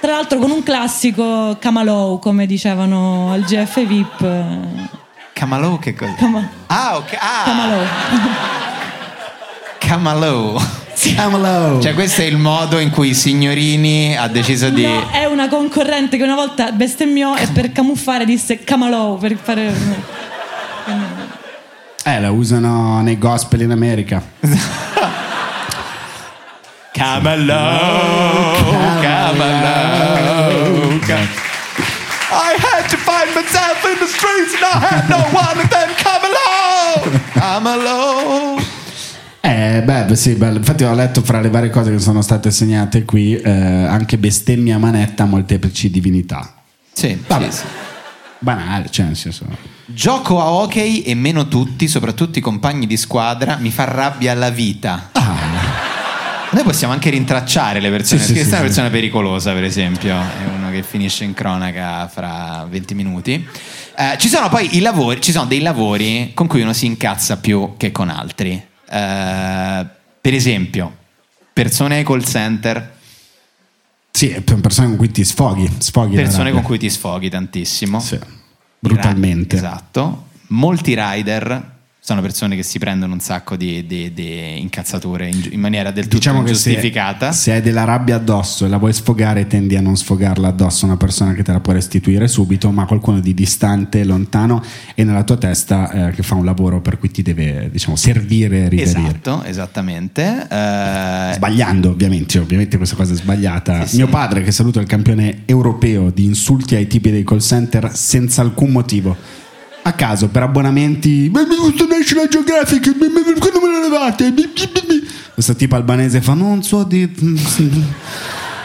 Speaker 9: Tra l'altro con un classico Camalou, come dicevano al GF VIP.
Speaker 5: Camalò che cosa?
Speaker 9: Cama-
Speaker 5: ah, ok.
Speaker 9: Camalou.
Speaker 5: Camalò. Cioè, questo è il modo in cui i signorini ha deciso di.
Speaker 9: No, è una concorrente che una volta bestemmiò e per camuffare disse Camalou per fare
Speaker 6: Eh, la usano nei gospel in America.
Speaker 5: Camelot, Camelot. I had to find myself in the streets and I had no one and then come along, come along.
Speaker 6: Eh, beh, beh, sì, bello. Infatti ho letto fra le varie cose che sono state segnate qui eh, anche bestemmia a manetta a molteplici divinità.
Speaker 5: Sì,
Speaker 6: Vabbè. Banale, cioè nel senso...
Speaker 5: Gioco a hockey e meno tutti, soprattutto i compagni di squadra, mi fa rabbia la vita. Noi possiamo anche rintracciare le persone,
Speaker 6: Ah. Sì, sì,
Speaker 5: perché
Speaker 6: sì,
Speaker 5: questa è una
Speaker 6: sì.
Speaker 5: persona pericolosa, per esempio, è uno che finisce in cronaca fra 20 minuti. Eh, ci sono poi i lavori, ci sono dei lavori con cui uno si incazza più che con altri. Eh, per esempio, persone ai call center,
Speaker 6: Sì, è per persone con cui ti sfoghi. sfoghi la
Speaker 5: persone
Speaker 6: rabbia.
Speaker 5: con cui ti sfoghi tantissimo.
Speaker 6: Brutalmente.
Speaker 5: Esatto. Molti rider sono persone che si prendono un sacco di, di- di incazzature in, in maniera del tutto
Speaker 6: Diciamo che se,
Speaker 5: giustificata.
Speaker 6: se hai della rabbia addosso e la vuoi sfogare, tendi a non sfogarla addosso a una persona che te la può restituire subito, ma qualcuno di distante, lontano e nella tua testa eh, che fa un lavoro per cui ti deve diciamo, servire e riverire.
Speaker 5: Esatto, esattamente. Eh,
Speaker 6: Sbagliando, ovviamente, cioè, ovviamente questa cosa è sbagliata. Mio padre, che saluto è il campione europeo di insulti ai tipi dei call center senza alcun motivo. A caso, per abbonamenti. "Beh, mi gusta National Geographic, mi- mi- mi- quando me lo levate? Mi- mi- mi- mi". Questo tipo albanese fa: Non so di.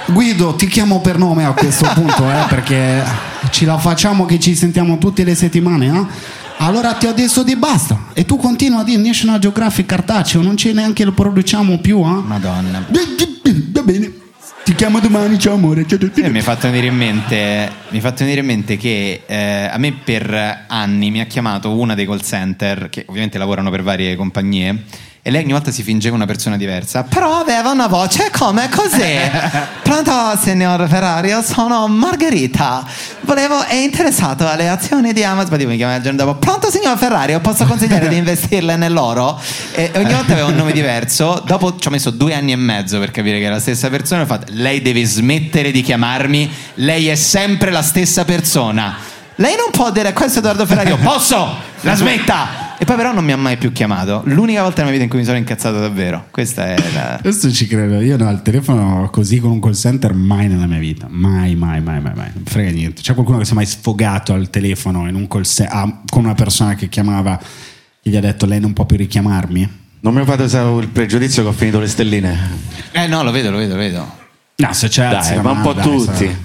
Speaker 6: Guido, ti chiamo per nome a questo punto, eh, perché ce la facciamo che ci sentiamo tutte le settimane, no? Allora ti ho detto di basta. E tu continua a dire National Geographic cartaceo, non ce neanche lo produciamo più, eh?
Speaker 5: Madonna.
Speaker 6: Va bene. Ti chiamo domani, ciao amore. Ciao, ciao, ciao.
Speaker 5: Eh, mi ha fatto venire in mente, mi ha fatto venire in mente che eh, a me per anni mi ha chiamato una dei call center, che ovviamente lavorano per varie compagnie, e lei ogni volta si fingeva una persona diversa. Però aveva una voce come così. Pronto, signor Ferrari, io sono Margherita. Volevo, è interessato alle azioni di Amazon. Poi tipo mi chiamava il giorno dopo. Pronto, signor Ferrari, posso consigliare di investirle nell'oro? E ogni volta aveva un nome diverso. Dopo ci ho messo due anni e mezzo per capire che era la stessa persona. Ho fatto, lei deve smettere di chiamarmi. Lei è sempre la stessa persona. Lei non può dire questo è Edoardo Ferrari. Io posso, la smetta. E poi però non mi ha mai più chiamato. L'unica volta nella mia vita in cui mi sono incazzato davvero. Questa è la...
Speaker 6: Questo ci credo. Io no, al telefono così con un call center mai nella mia vita. Mai, mai, mai, mai, mai. Non frega niente. C'è qualcuno che si è mai sfogato al telefono in un call ce- ah, con una persona che chiamava e gli ha detto lei non può più richiamarmi?
Speaker 1: Non mi fate usare il pregiudizio che ho finito le stelline.
Speaker 5: Eh no, lo vedo, lo vedo, lo vedo.
Speaker 6: No, se c'è alzi
Speaker 1: Dai,
Speaker 6: la
Speaker 1: ma un
Speaker 6: mano,
Speaker 1: po'
Speaker 6: dai,
Speaker 1: tutti.
Speaker 6: sarà-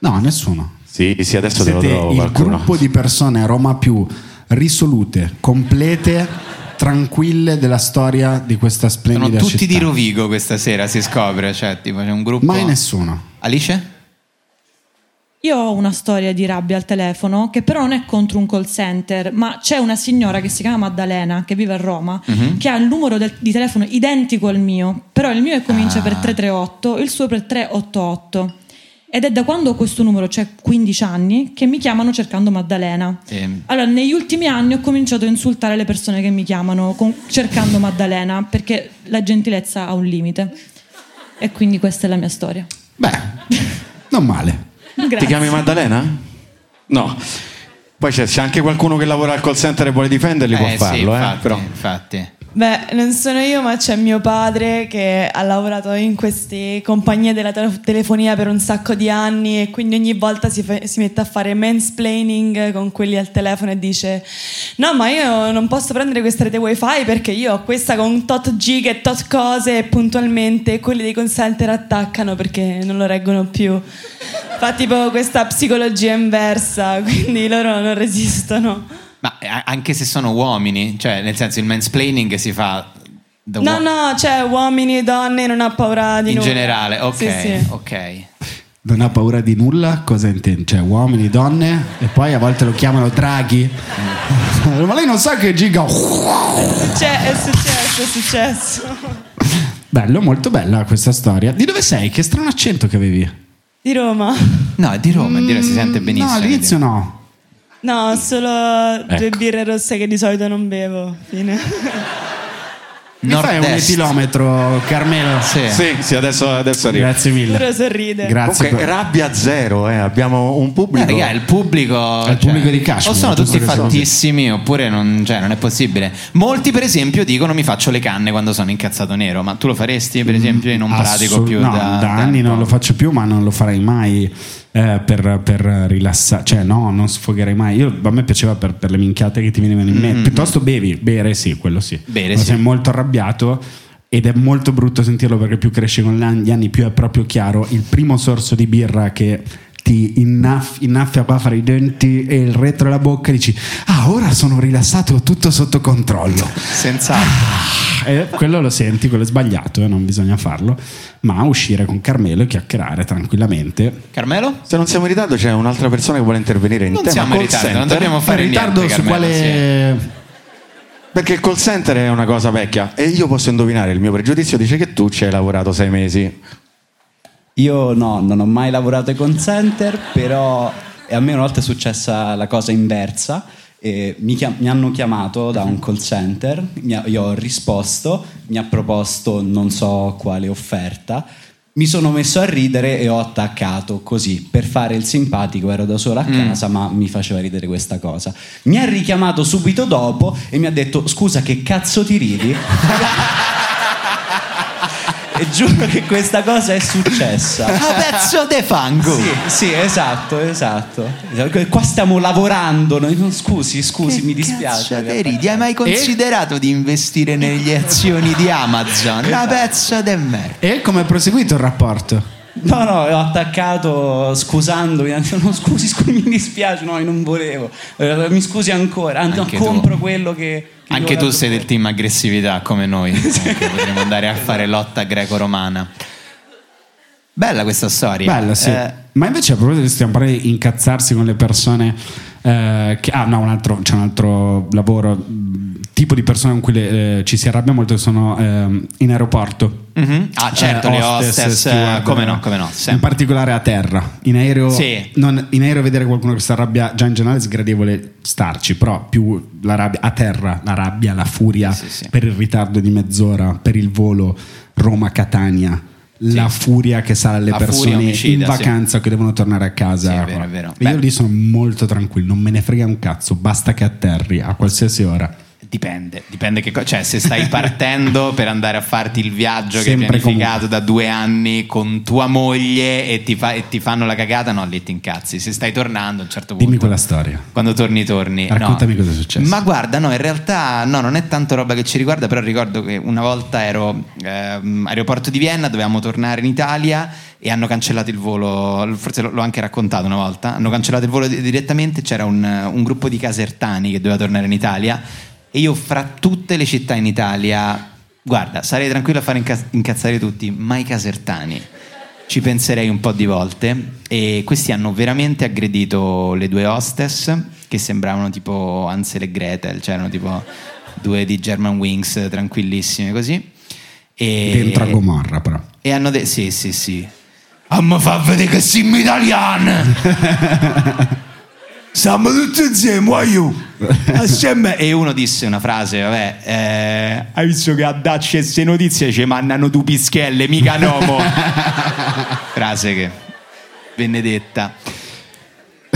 Speaker 6: No, nessuno.
Speaker 1: Sì, sì, adesso te lo
Speaker 6: Siete
Speaker 1: trovo
Speaker 6: il
Speaker 1: qualcuno.
Speaker 6: gruppo di persone a Roma più risolute, complete, tranquille della storia di questa
Speaker 5: Sono
Speaker 6: splendida
Speaker 5: tutti
Speaker 6: città.
Speaker 5: di Rovigo questa sera, si scopre, cioè tipo c'è un gruppo...
Speaker 6: Mai nessuno.
Speaker 5: Alice?
Speaker 9: Io ho una storia di rabbia al telefono che però non è contro un call center, ma c'è una signora che si chiama Maddalena, che vive a Roma,
Speaker 15: Mhm.
Speaker 9: che ha il numero del- di telefono identico al mio, però il mio è- comincia
Speaker 5: Ah.
Speaker 9: per 338, il suo per 388. Ed è da quando ho questo numero, cioè 15 anni, che mi chiamano cercando Maddalena.
Speaker 16: Mm.
Speaker 9: Allora, negli ultimi anni ho cominciato a insultare le persone che mi chiamano con- cercando Maddalena, perché la gentilezza ha un limite. E quindi questa è la mia storia.
Speaker 6: Non male.
Speaker 9: Grazie.
Speaker 1: Ti chiami Maddalena? No. Poi c'è, c'è anche qualcuno che lavora al call center e vuole difenderli, può
Speaker 5: Eh, sì,
Speaker 1: farlo. eh,
Speaker 5: infatti,
Speaker 1: però.
Speaker 16: Beh, non sono io, ma c'è mio padre che ha lavorato in queste compagnie della tele- telefonia per un sacco di anni e quindi ogni volta si, fa- si mette a fare mansplaining con quelli al telefono e dice no, ma io non posso prendere questa rete wifi perché io ho questa con tot gig e tot cose e puntualmente quelli dei call center attaccano perché non lo reggono più. Fa tipo questa psicologia inversa, quindi loro non resistono.
Speaker 5: Ma eh, a- anche se sono uomini, cioè nel senso il mansplaining si fa da
Speaker 16: No,
Speaker 5: uomini
Speaker 16: no, cioè uomini e donne non ha paura di
Speaker 5: in
Speaker 16: nulla.
Speaker 5: generale, ok,
Speaker 16: Sì, sì.
Speaker 5: ok.
Speaker 6: Non ha paura di nulla, cosa intende? Cioè, uomini, donne, e poi a volte lo chiamano Draghi.
Speaker 5: Mm.
Speaker 6: Ma lei non sa che giga.
Speaker 16: Cioè, è successo, è successo.
Speaker 6: Bello, molto bella questa storia. Di dove sei? Che strano accento che avevi? Mm,
Speaker 16: Di Roma?
Speaker 5: No, è di Roma, di Roma si sente benissimo.
Speaker 6: No, all'inizio no.
Speaker 16: No, solo
Speaker 5: Ecco.
Speaker 16: due birre rosse che di solito non bevo. Fine.
Speaker 6: Mi fai un
Speaker 1: Nord-est.
Speaker 6: etilometro, Carmelo?
Speaker 5: Sì,
Speaker 1: sì, adesso, adesso arriva.
Speaker 6: Grazie mille.
Speaker 16: Pure sorride.
Speaker 1: Grazie. Comunque, rabbia zero, eh, abbiamo un pubblico.
Speaker 5: Eh, raga, il pubblico,
Speaker 1: È il pubblico di Kashmir,
Speaker 5: Cioè, o sono
Speaker 1: tutto
Speaker 5: tutti
Speaker 1: questo.
Speaker 5: fattissimi oppure non, cioè, non è possibile. Molti, per esempio, dicono mi faccio le canne quando sono incazzato nero, ma tu lo faresti, per esempio, io non pratico
Speaker 6: Assolut-
Speaker 5: più
Speaker 6: Mm, no,
Speaker 5: da,
Speaker 6: anni non lo faccio più, ma non lo farei mai eh, per, per rilassare, cioè no, non sfogherei mai. Io- a me piaceva per, per le minchiate che ti venivano in mente.
Speaker 5: Mhm.
Speaker 6: Piuttosto bevi, bere sì, quello sì.
Speaker 5: Bere,
Speaker 6: Ma
Speaker 5: sì.
Speaker 6: sei molto arrabbiato. Ed è molto brutto sentirlo perché più cresci con l'an- gli anni, più è proprio chiaro. Il primo sorso di birra che ti innaff- innaffia qua fra i denti e il retro della bocca e dici: Ah, ora sono rilassato, ho tutto sotto controllo. Ah,
Speaker 5: Senz'altro.
Speaker 6: Eh, quello lo senti, quello è sbagliato, eh, non bisogna farlo. Ma uscire con Carmelo e chiacchierare tranquillamente.
Speaker 5: Carmelo?
Speaker 1: Se non siamo in ritardo, c'è un'altra persona che vuole intervenire in
Speaker 6: Non
Speaker 1: tema
Speaker 6: siamo in
Speaker 1: call
Speaker 6: ritardo,
Speaker 1: center.
Speaker 6: non dobbiamo fare In ritardo niente, su Carmelo, quale-
Speaker 1: Perché il call center è una cosa vecchia e io posso indovinare il mio pregiudizio dice che tu ci hai lavorato sei mesi.
Speaker 13: Io no, non ho mai lavorato ai call center, però e a me una volta è successa la cosa inversa. e mi, chiam- mi hanno chiamato da un call center, mi ha- io ho risposto, mi ha proposto non so quale offerta. Mi sono messo a ridere e ho attaccato così per fare il simpatico. Ero da solo a
Speaker 5: Mm.
Speaker 13: casa, ma mi faceva ridere questa cosa. Mi ha richiamato subito dopo e mi ha detto: Scusa, che cazzo ti ridi? e giuro che questa cosa è successa.
Speaker 5: Ah, pezzo de fango.
Speaker 13: Sì, sì, esatto, esatto. Qua stiamo lavorando. noi- Scusi, scusi, mi dispiace.
Speaker 5: Te ridi, hai mai considerato di investire nelle azioni di
Speaker 13: Eh,
Speaker 5: Amazon? Una pezza de merda.
Speaker 6: E come è proseguito il rapporto?
Speaker 13: No, no, ho attaccato scusandomi, anzi, no, scusi, scusi, mi dispiace, no, io non volevo, Eh, mi scusi ancora, anzi, no,
Speaker 5: Anche tu.
Speaker 13: compro quello che... che
Speaker 5: Anche
Speaker 13: io-
Speaker 5: tu sei del team aggressività come noi, Anche potremmo andare a fare lotta greco-romana. Bella questa storia.
Speaker 6: Bella, sì.
Speaker 5: Eh,
Speaker 6: Ma invece a proposito stiamo parlando di incazzarsi con le persone. eh, che, ah, no, un altro, c'è un altro lavoro. mh, Tipo di persone con cui le- eh, ci si arrabbia molto che sono ehm, in aeroporto.
Speaker 5: mhm. Ah, certo,
Speaker 6: Eh,
Speaker 5: le hostess, eh,
Speaker 6: steward,
Speaker 5: come no,
Speaker 6: eh.
Speaker 5: come no.
Speaker 6: In
Speaker 5: sempre.
Speaker 6: particolare a terra, in aereo,
Speaker 5: Sì.
Speaker 6: non- in aereo vedere qualcuno che si arrabbia già in generale è sgradevole starci, però più la rabbia a terra, la rabbia, la furia per il ritardo di mezz'ora, per il volo Roma-Catania, la furia che sale alle
Speaker 5: La furia
Speaker 6: persone
Speaker 5: omicida,
Speaker 6: in vacanza che devono tornare a casa.
Speaker 5: è vero, è vero.
Speaker 6: Io lì sono molto tranquillo, non me ne frega un cazzo, basta che atterri a qualsiasi ora.
Speaker 5: Dipende, dipende che cosa. Cioè, se stai partendo per andare a farti il viaggio che hai
Speaker 6: Sempre
Speaker 5: pianificato da due anni con tua moglie e ti, fa- e ti fanno la cagata, no, lì ti incazzi. Se stai tornando a un certo punto.
Speaker 6: Dimmi quella storia.
Speaker 5: Quando torni, torni. Eh, No.
Speaker 6: Raccontami cosa è successo.
Speaker 5: Ma guarda, no, in realtà no, non è tanto roba che ci riguarda, però ricordo che una volta ero ehm, aeroporto di Vienna, dovevamo tornare in Italia e hanno cancellato il volo, forse l'ho l'ho anche raccontato una volta, hanno cancellato il volo di- direttamente, c'era un, un gruppo di casertani che doveva tornare in Italia E io fra tutte le città in Italia, guarda, sarei tranquillo a fare inca- incazzare tutti, ma i casertani ci penserei un po' di volte. E questi hanno veramente aggredito le due hostess, che sembravano tipo Ansel e Gretel, cioè erano tipo due di German Wings tranquillissime così. E...
Speaker 6: Dentro a Gomorra, però.
Speaker 5: E hanno detto: Sì, sì, sì. Amma fa vedere che siamo italiani. siamo tutti insieme, voglio. Assieme. E uno disse una frase, vabbè, eh, hai visto che a darci queste notizie ci mandano due pischelle, mica nomo. frase che venne detta.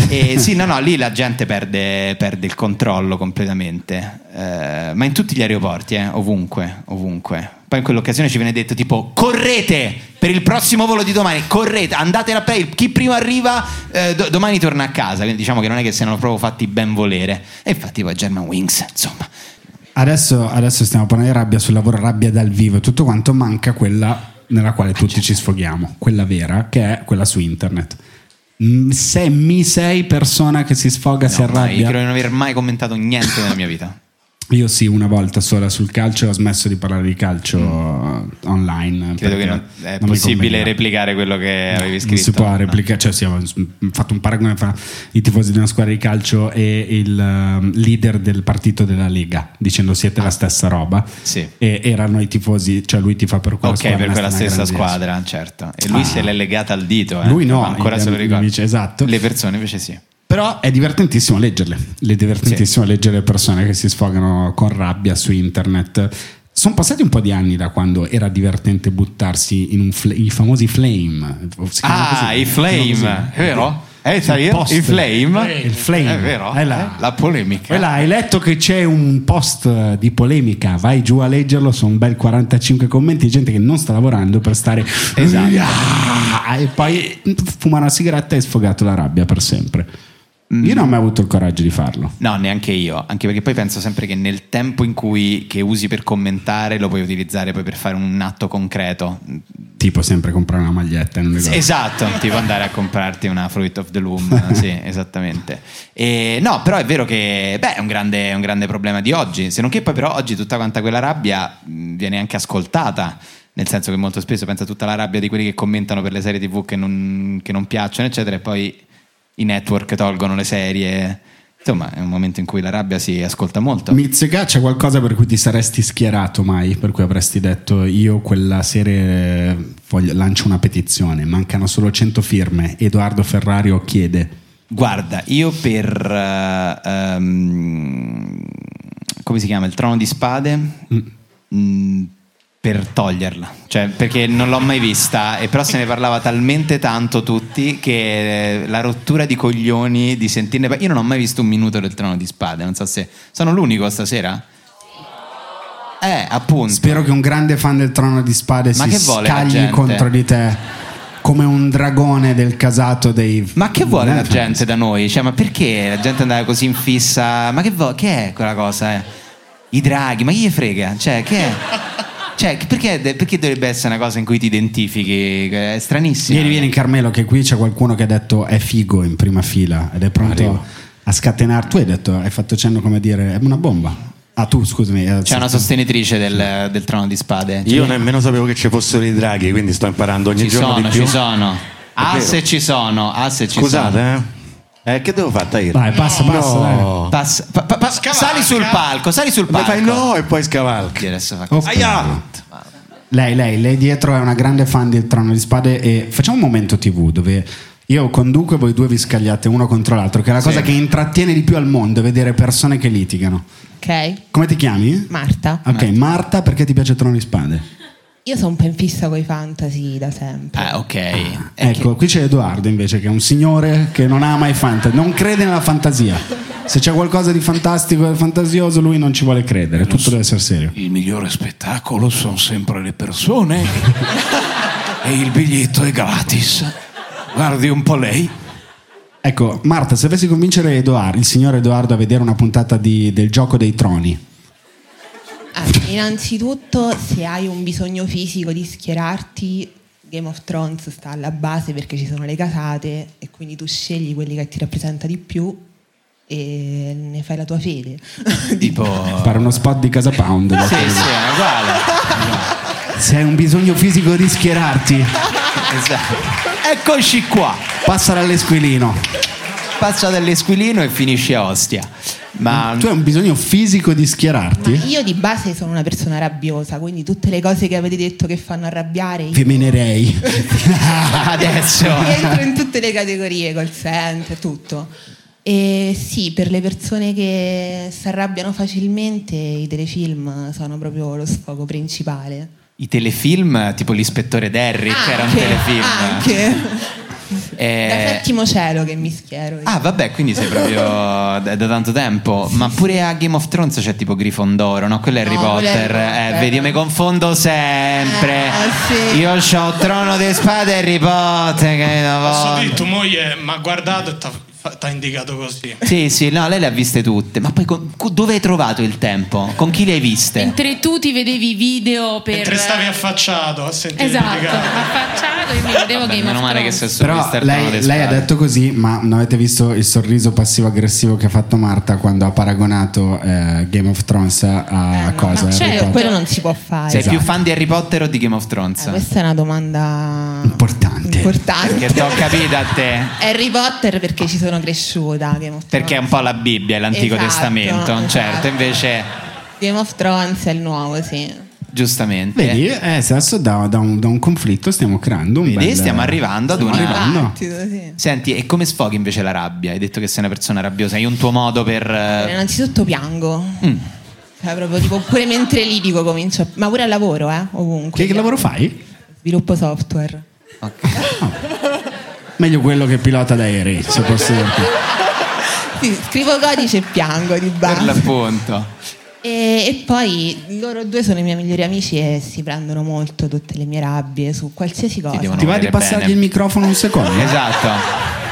Speaker 5: E sì, no, no, lì la gente perde, perde il controllo completamente. Eh, ma in tutti gli aeroporti, eh, ovunque, ovunque. Poi in quell'occasione ci viene detto tipo correte per il prossimo volo di domani, correte, andate a play, chi prima arriva eh, do- domani torna a casa. Quindi diciamo che non è che siano proprio fatti ben volere. E infatti poi German Wings, insomma.
Speaker 6: Adesso, adesso stiamo parlando di rabbia sul lavoro, rabbia dal vivo, tutto quanto manca quella nella
Speaker 5: Ah,
Speaker 6: quale tutti ci sfoghiamo, quella vera, che è quella su internet. Mm, Se mi sei persona che si sfoga, si
Speaker 5: No, mai,
Speaker 6: arrabbia.
Speaker 5: io credo di non aver mai commentato niente nella mia vita.
Speaker 6: Io sì, una volta sola sul calcio ho smesso di parlare di calcio eh, online.
Speaker 5: Credo che
Speaker 6: perché
Speaker 5: non è
Speaker 6: eh, mi
Speaker 5: possibile
Speaker 6: conveniva.
Speaker 5: replicare quello che avevi
Speaker 6: Non
Speaker 5: scritto.
Speaker 6: si può replicare, cioè siamo ho fatto un paragone fra i tifosi di una squadra di calcio e il ehm, leader del partito della Lega, dicendo siete la stessa roba.
Speaker 5: Sì.
Speaker 6: E erano i tifosi, cioè lui ti fa per quella
Speaker 5: Ok,
Speaker 6: squadra.
Speaker 5: per quella
Speaker 6: sta una
Speaker 5: stessa
Speaker 6: grandezza.
Speaker 5: squadra, certo. E lui
Speaker 6: Ah.
Speaker 5: se l'è legata al dito. eh.
Speaker 6: Lui no,
Speaker 5: Ma ancora
Speaker 6: i
Speaker 5: se lo
Speaker 6: miei
Speaker 5: ricorda.
Speaker 6: amici, esatto.
Speaker 5: Le persone invece sì.
Speaker 6: Però è divertentissimo leggerle. È divertentissimo leggere persone che si sfogano con rabbia su internet. Sono passati un po' di anni da quando era divertente buttarsi in un fl- i famosi flame. Si chiamano
Speaker 5: Ah,
Speaker 6: così?
Speaker 5: i flame,
Speaker 6: Si chiamano così?
Speaker 5: è vero? Eh,
Speaker 6: Il
Speaker 5: sai io?
Speaker 6: post.
Speaker 5: I flame?
Speaker 6: Il flame.
Speaker 5: È vero? Eh,
Speaker 6: È là.
Speaker 5: La polemica.
Speaker 6: Quella, hai letto che c'è un post di polemica, vai giù a leggerlo, sono un bel 45 commenti di gente che non sta lavorando per stare...
Speaker 5: Esatto.
Speaker 6: Ah, E poi fuma una sigaretta e hai sfogato la rabbia per sempre.
Speaker 5: Mm.
Speaker 6: Io non ho mai avuto il coraggio di farlo.
Speaker 5: No, neanche io, anche perché poi penso sempre che nel tempo in cui che usi per commentare lo puoi utilizzare poi per fare un atto concreto.
Speaker 6: Tipo sempre comprare una maglietta in un negozio.
Speaker 5: Esatto, tipo andare a comprarti una Fruit of the Loom, sì, esattamente. E, no, però è vero che beh, è un grande, è un grande problema di oggi, se non che poi però oggi tutta quanta quella rabbia mh, viene anche ascoltata, nel senso che molto spesso pensa tutta la rabbia di quelli che commentano per le serie tv che non, che non piacciono, eccetera, e poi i network tolgono le serie. Insomma, è un momento in cui la rabbia si ascolta molto.
Speaker 6: Mizzica, c'è qualcosa per cui ti saresti schierato mai? Per cui avresti detto io quella serie eh, voglio- lancio una petizione, mancano solo 100 firme, Edoardo Ferrario chiede.
Speaker 5: Guarda, io per... eh, ehm, come si chiama? Il trono di spade? Mm, per toglierla. Cioè, perché non l'ho mai vista, e però se ne parlava talmente tanto tutti che eh, la rottura di coglioni di sentirne... par- Io non ho mai visto un minuto del trono di spade, non so se... Sono l'unico stasera? Eh, appunto.
Speaker 6: Spero che un grande fan del Trono di Spade
Speaker 5: Ma
Speaker 6: si
Speaker 5: che vuole la
Speaker 6: scagli
Speaker 5: gente?
Speaker 6: contro di te come un dragone del casato dei...
Speaker 5: Ma che vuole la gente da noi? Cioè, ma perché la gente andava così in fissa? Ma che, vo- che è quella cosa? eh? I draghi, ma chi gli frega? Cioè, che è? Cioè, perché, perché dovrebbe essere una cosa in cui ti identifichi? È stranissimo.
Speaker 6: Ieri vieni Carmelo che qui c'è qualcuno che ha detto è figo in prima fila ed è pronto
Speaker 5: Arrivo.
Speaker 6: a scatenare. Tu hai detto, hai fatto cenno come dire, è una bomba. Ah tu scusami. eh,
Speaker 5: C'è una sostenitrice del, del trono di spade.
Speaker 1: Io nemmeno sapevo che ci fossero i draghi, quindi sto imparando ogni
Speaker 5: Ci
Speaker 1: giorno
Speaker 5: sono,
Speaker 1: di più.
Speaker 5: ci sono. Ah,
Speaker 1: vero.
Speaker 5: se ci sono, ah, se ci
Speaker 1: Scusate,
Speaker 5: sono.
Speaker 1: eh. Eh, che devo fare? Tahir?
Speaker 6: Vai, passa, passa, dai.
Speaker 5: Passa- pa- pa- pa- sali sul palco, sali sul
Speaker 1: Ma
Speaker 5: palco.
Speaker 1: fai no e poi scavalchi.
Speaker 5: Adesso fa
Speaker 6: Ok. Lei, lei, lei dietro è una grande fan del Trono di Spade e facciamo un momento TV dove io conduco e voi due vi scagliate uno contro l'altro, che è la cosa
Speaker 14: Sì.
Speaker 6: che intrattiene di più al mondo, è vedere persone che litigano.
Speaker 14: Ok,
Speaker 6: Come ti chiami?
Speaker 14: Marta.
Speaker 6: Ok, Marta, perché ti piace il Trono di Spade?
Speaker 14: Io sono un po' in fissa con i fantasy da sempre.
Speaker 5: Ah, ok.
Speaker 6: ecco, qui c'è Edoardo invece che è un signore che non ama i fantasy, non crede nella fantasia. Se c'è qualcosa di fantastico e fantasioso lui non ci vuole credere, tutto deve essere serio.
Speaker 17: Il migliore spettacolo sono sempre le persone e il biglietto è gratis. Guardi un po' lei.
Speaker 6: Ecco, Marta, se avessi convincere Edoardo, il signor Edoardo a vedere una puntata di- del gioco dei troni,
Speaker 14: Ah, innanzitutto, se hai un bisogno fisico di schierarti, Game of Thrones sta alla base perché ci sono le casate e quindi tu scegli quelli che ti rappresenta di più e ne fai la tua fede.
Speaker 5: Tipo...
Speaker 13: Fare uno spot di Casa Pound.
Speaker 14: Sì,
Speaker 13: Così.
Speaker 5: sì, eh. è uguale.
Speaker 6: Se hai un bisogno fisico di schierarti,
Speaker 5: Esatto. Eccoci qua.
Speaker 6: passa dall'esquilino.
Speaker 5: Passa dall'esquilino e finisci a Ostia. Ma
Speaker 6: Tu hai un bisogno fisico di schierarti?
Speaker 14: Io di base sono una persona rabbiosa, quindi tutte le cose che avete detto che fanno arrabbiare, io
Speaker 6: Vemenerei.
Speaker 5: adesso
Speaker 14: rientro in tutte le categorie, col center, tutto. E sì, per le persone che si arrabbiano facilmente, i telefilm sono proprio lo sfogo principale.
Speaker 5: i telefilm, tipo l'ispettore Derrick, era un
Speaker 14: Anche,
Speaker 5: telefilm.
Speaker 14: Anche
Speaker 5: Eh,
Speaker 14: da settimo cielo che mi schiero. io.
Speaker 5: Ah, vabbè, quindi sei proprio da, da tanto tempo. Ma pure a Game of Thrones c'è tipo Grifondoro, no? Quello è Harry
Speaker 14: No, quello è
Speaker 5: Potter.
Speaker 14: Harry Potter.
Speaker 5: Eh, vedi, io mi confondo sempre.
Speaker 14: sì.
Speaker 5: Io ho Trono di Spade e Harry Potter. Che una
Speaker 8: Posso dire,
Speaker 5: volta.
Speaker 8: tu moglie mi ha guardato e ti ha indicato così.
Speaker 5: Sì, sì, no, lei le ha viste tutte. Ma poi con- co- dove hai trovato il tempo? Con chi le hai viste?
Speaker 11: Mentre tu ti vedevi i video per...
Speaker 8: Mentre stavi affacciato a sentire
Speaker 11: Esatto,
Speaker 8: indicare.
Speaker 11: affacciato e mi vedevo Game of Thrones.
Speaker 5: sei
Speaker 6: Però lei, lei ha detto così, ma non avete visto il sorriso passivo-aggressivo che ha fatto Marta quando ha paragonato eh, Game of Thrones
Speaker 5: Eh,
Speaker 6: a cosa? Harry
Speaker 14: Cioè,
Speaker 5: certo.
Speaker 6: Potter?
Speaker 14: quello non si può fare.
Speaker 5: Sei
Speaker 6: Esatto.
Speaker 5: più fan di Harry Potter o di Game of Thrones?
Speaker 14: Ah, Eh, Questa è una domanda
Speaker 6: importante.
Speaker 5: Perché ti ho capito a te.
Speaker 14: Harry Potter perché ci sono cresciuta, Game of,
Speaker 5: Perché è un po' la Bibbia, è l'Antico
Speaker 14: Esatto,
Speaker 5: Testamento,
Speaker 14: esatto.
Speaker 5: certo, invece
Speaker 14: Game of Thrones è il nuovo, sì.
Speaker 5: giustamente.
Speaker 6: Vedi, eh, adesso da, da un, da un conflitto stiamo creando un
Speaker 5: Vedi,
Speaker 6: bel-
Speaker 5: stiamo arrivando ad
Speaker 6: stiamo
Speaker 5: una-
Speaker 6: arrivando.
Speaker 14: Dibattito, sì.
Speaker 5: Senti, e come sfoghi invece la rabbia? Hai detto che sei una persona rabbiosa, hai un tuo modo per...
Speaker 14: Allora,
Speaker 5: eh, Mm.
Speaker 14: Innanzitutto piango. Cioè, proprio tipo pure mentre litigo comincio, a- ma pure al lavoro, eh, ovunque.
Speaker 6: Che, che lavoro fai?
Speaker 14: Sviluppo software.
Speaker 6: Meglio quello che pilota d'aerei, se posso dire.
Speaker 14: Sì, scrivo codice e piango di
Speaker 5: Per
Speaker 14: base.
Speaker 5: l'appunto.
Speaker 14: E, e poi loro due sono i miei migliori amici e si prendono molto tutte le mie rabbie su qualsiasi cosa.
Speaker 5: devono
Speaker 6: Ti va di
Speaker 5: Bene,
Speaker 6: passargli
Speaker 5: bene.
Speaker 6: il microfono un secondo?
Speaker 5: Esatto,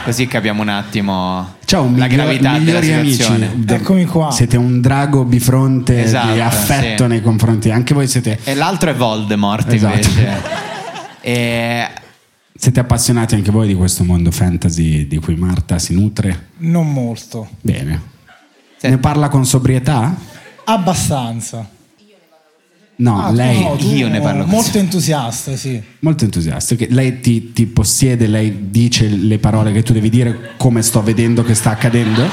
Speaker 5: così capiamo un attimo
Speaker 6: Ciao, un
Speaker 5: la
Speaker 6: Oh, miglior-
Speaker 5: gravità della
Speaker 6: migliori
Speaker 5: situazione.
Speaker 6: amici. Eccomi qua. Siete un drago bifronte
Speaker 5: Esatto,
Speaker 6: di affetto
Speaker 5: sì.
Speaker 6: nei confronti. Anche voi siete,
Speaker 5: E l'altro è Voldemort
Speaker 6: Esatto.
Speaker 5: invece. E-
Speaker 6: siete appassionati anche voi di questo mondo fantasy di cui Marta si nutre.
Speaker 18: Non molto.
Speaker 6: Bene. Ne parla con sobrietà?
Speaker 18: Abbastanza.
Speaker 6: No,
Speaker 18: Ah, tu
Speaker 6: lei.
Speaker 18: no, tu Molto entusiasta, sì.
Speaker 6: Molto entusiasta. che Lei ti, ti possiede, lei dice le parole che tu devi dire, come sto vedendo che sta accadendo.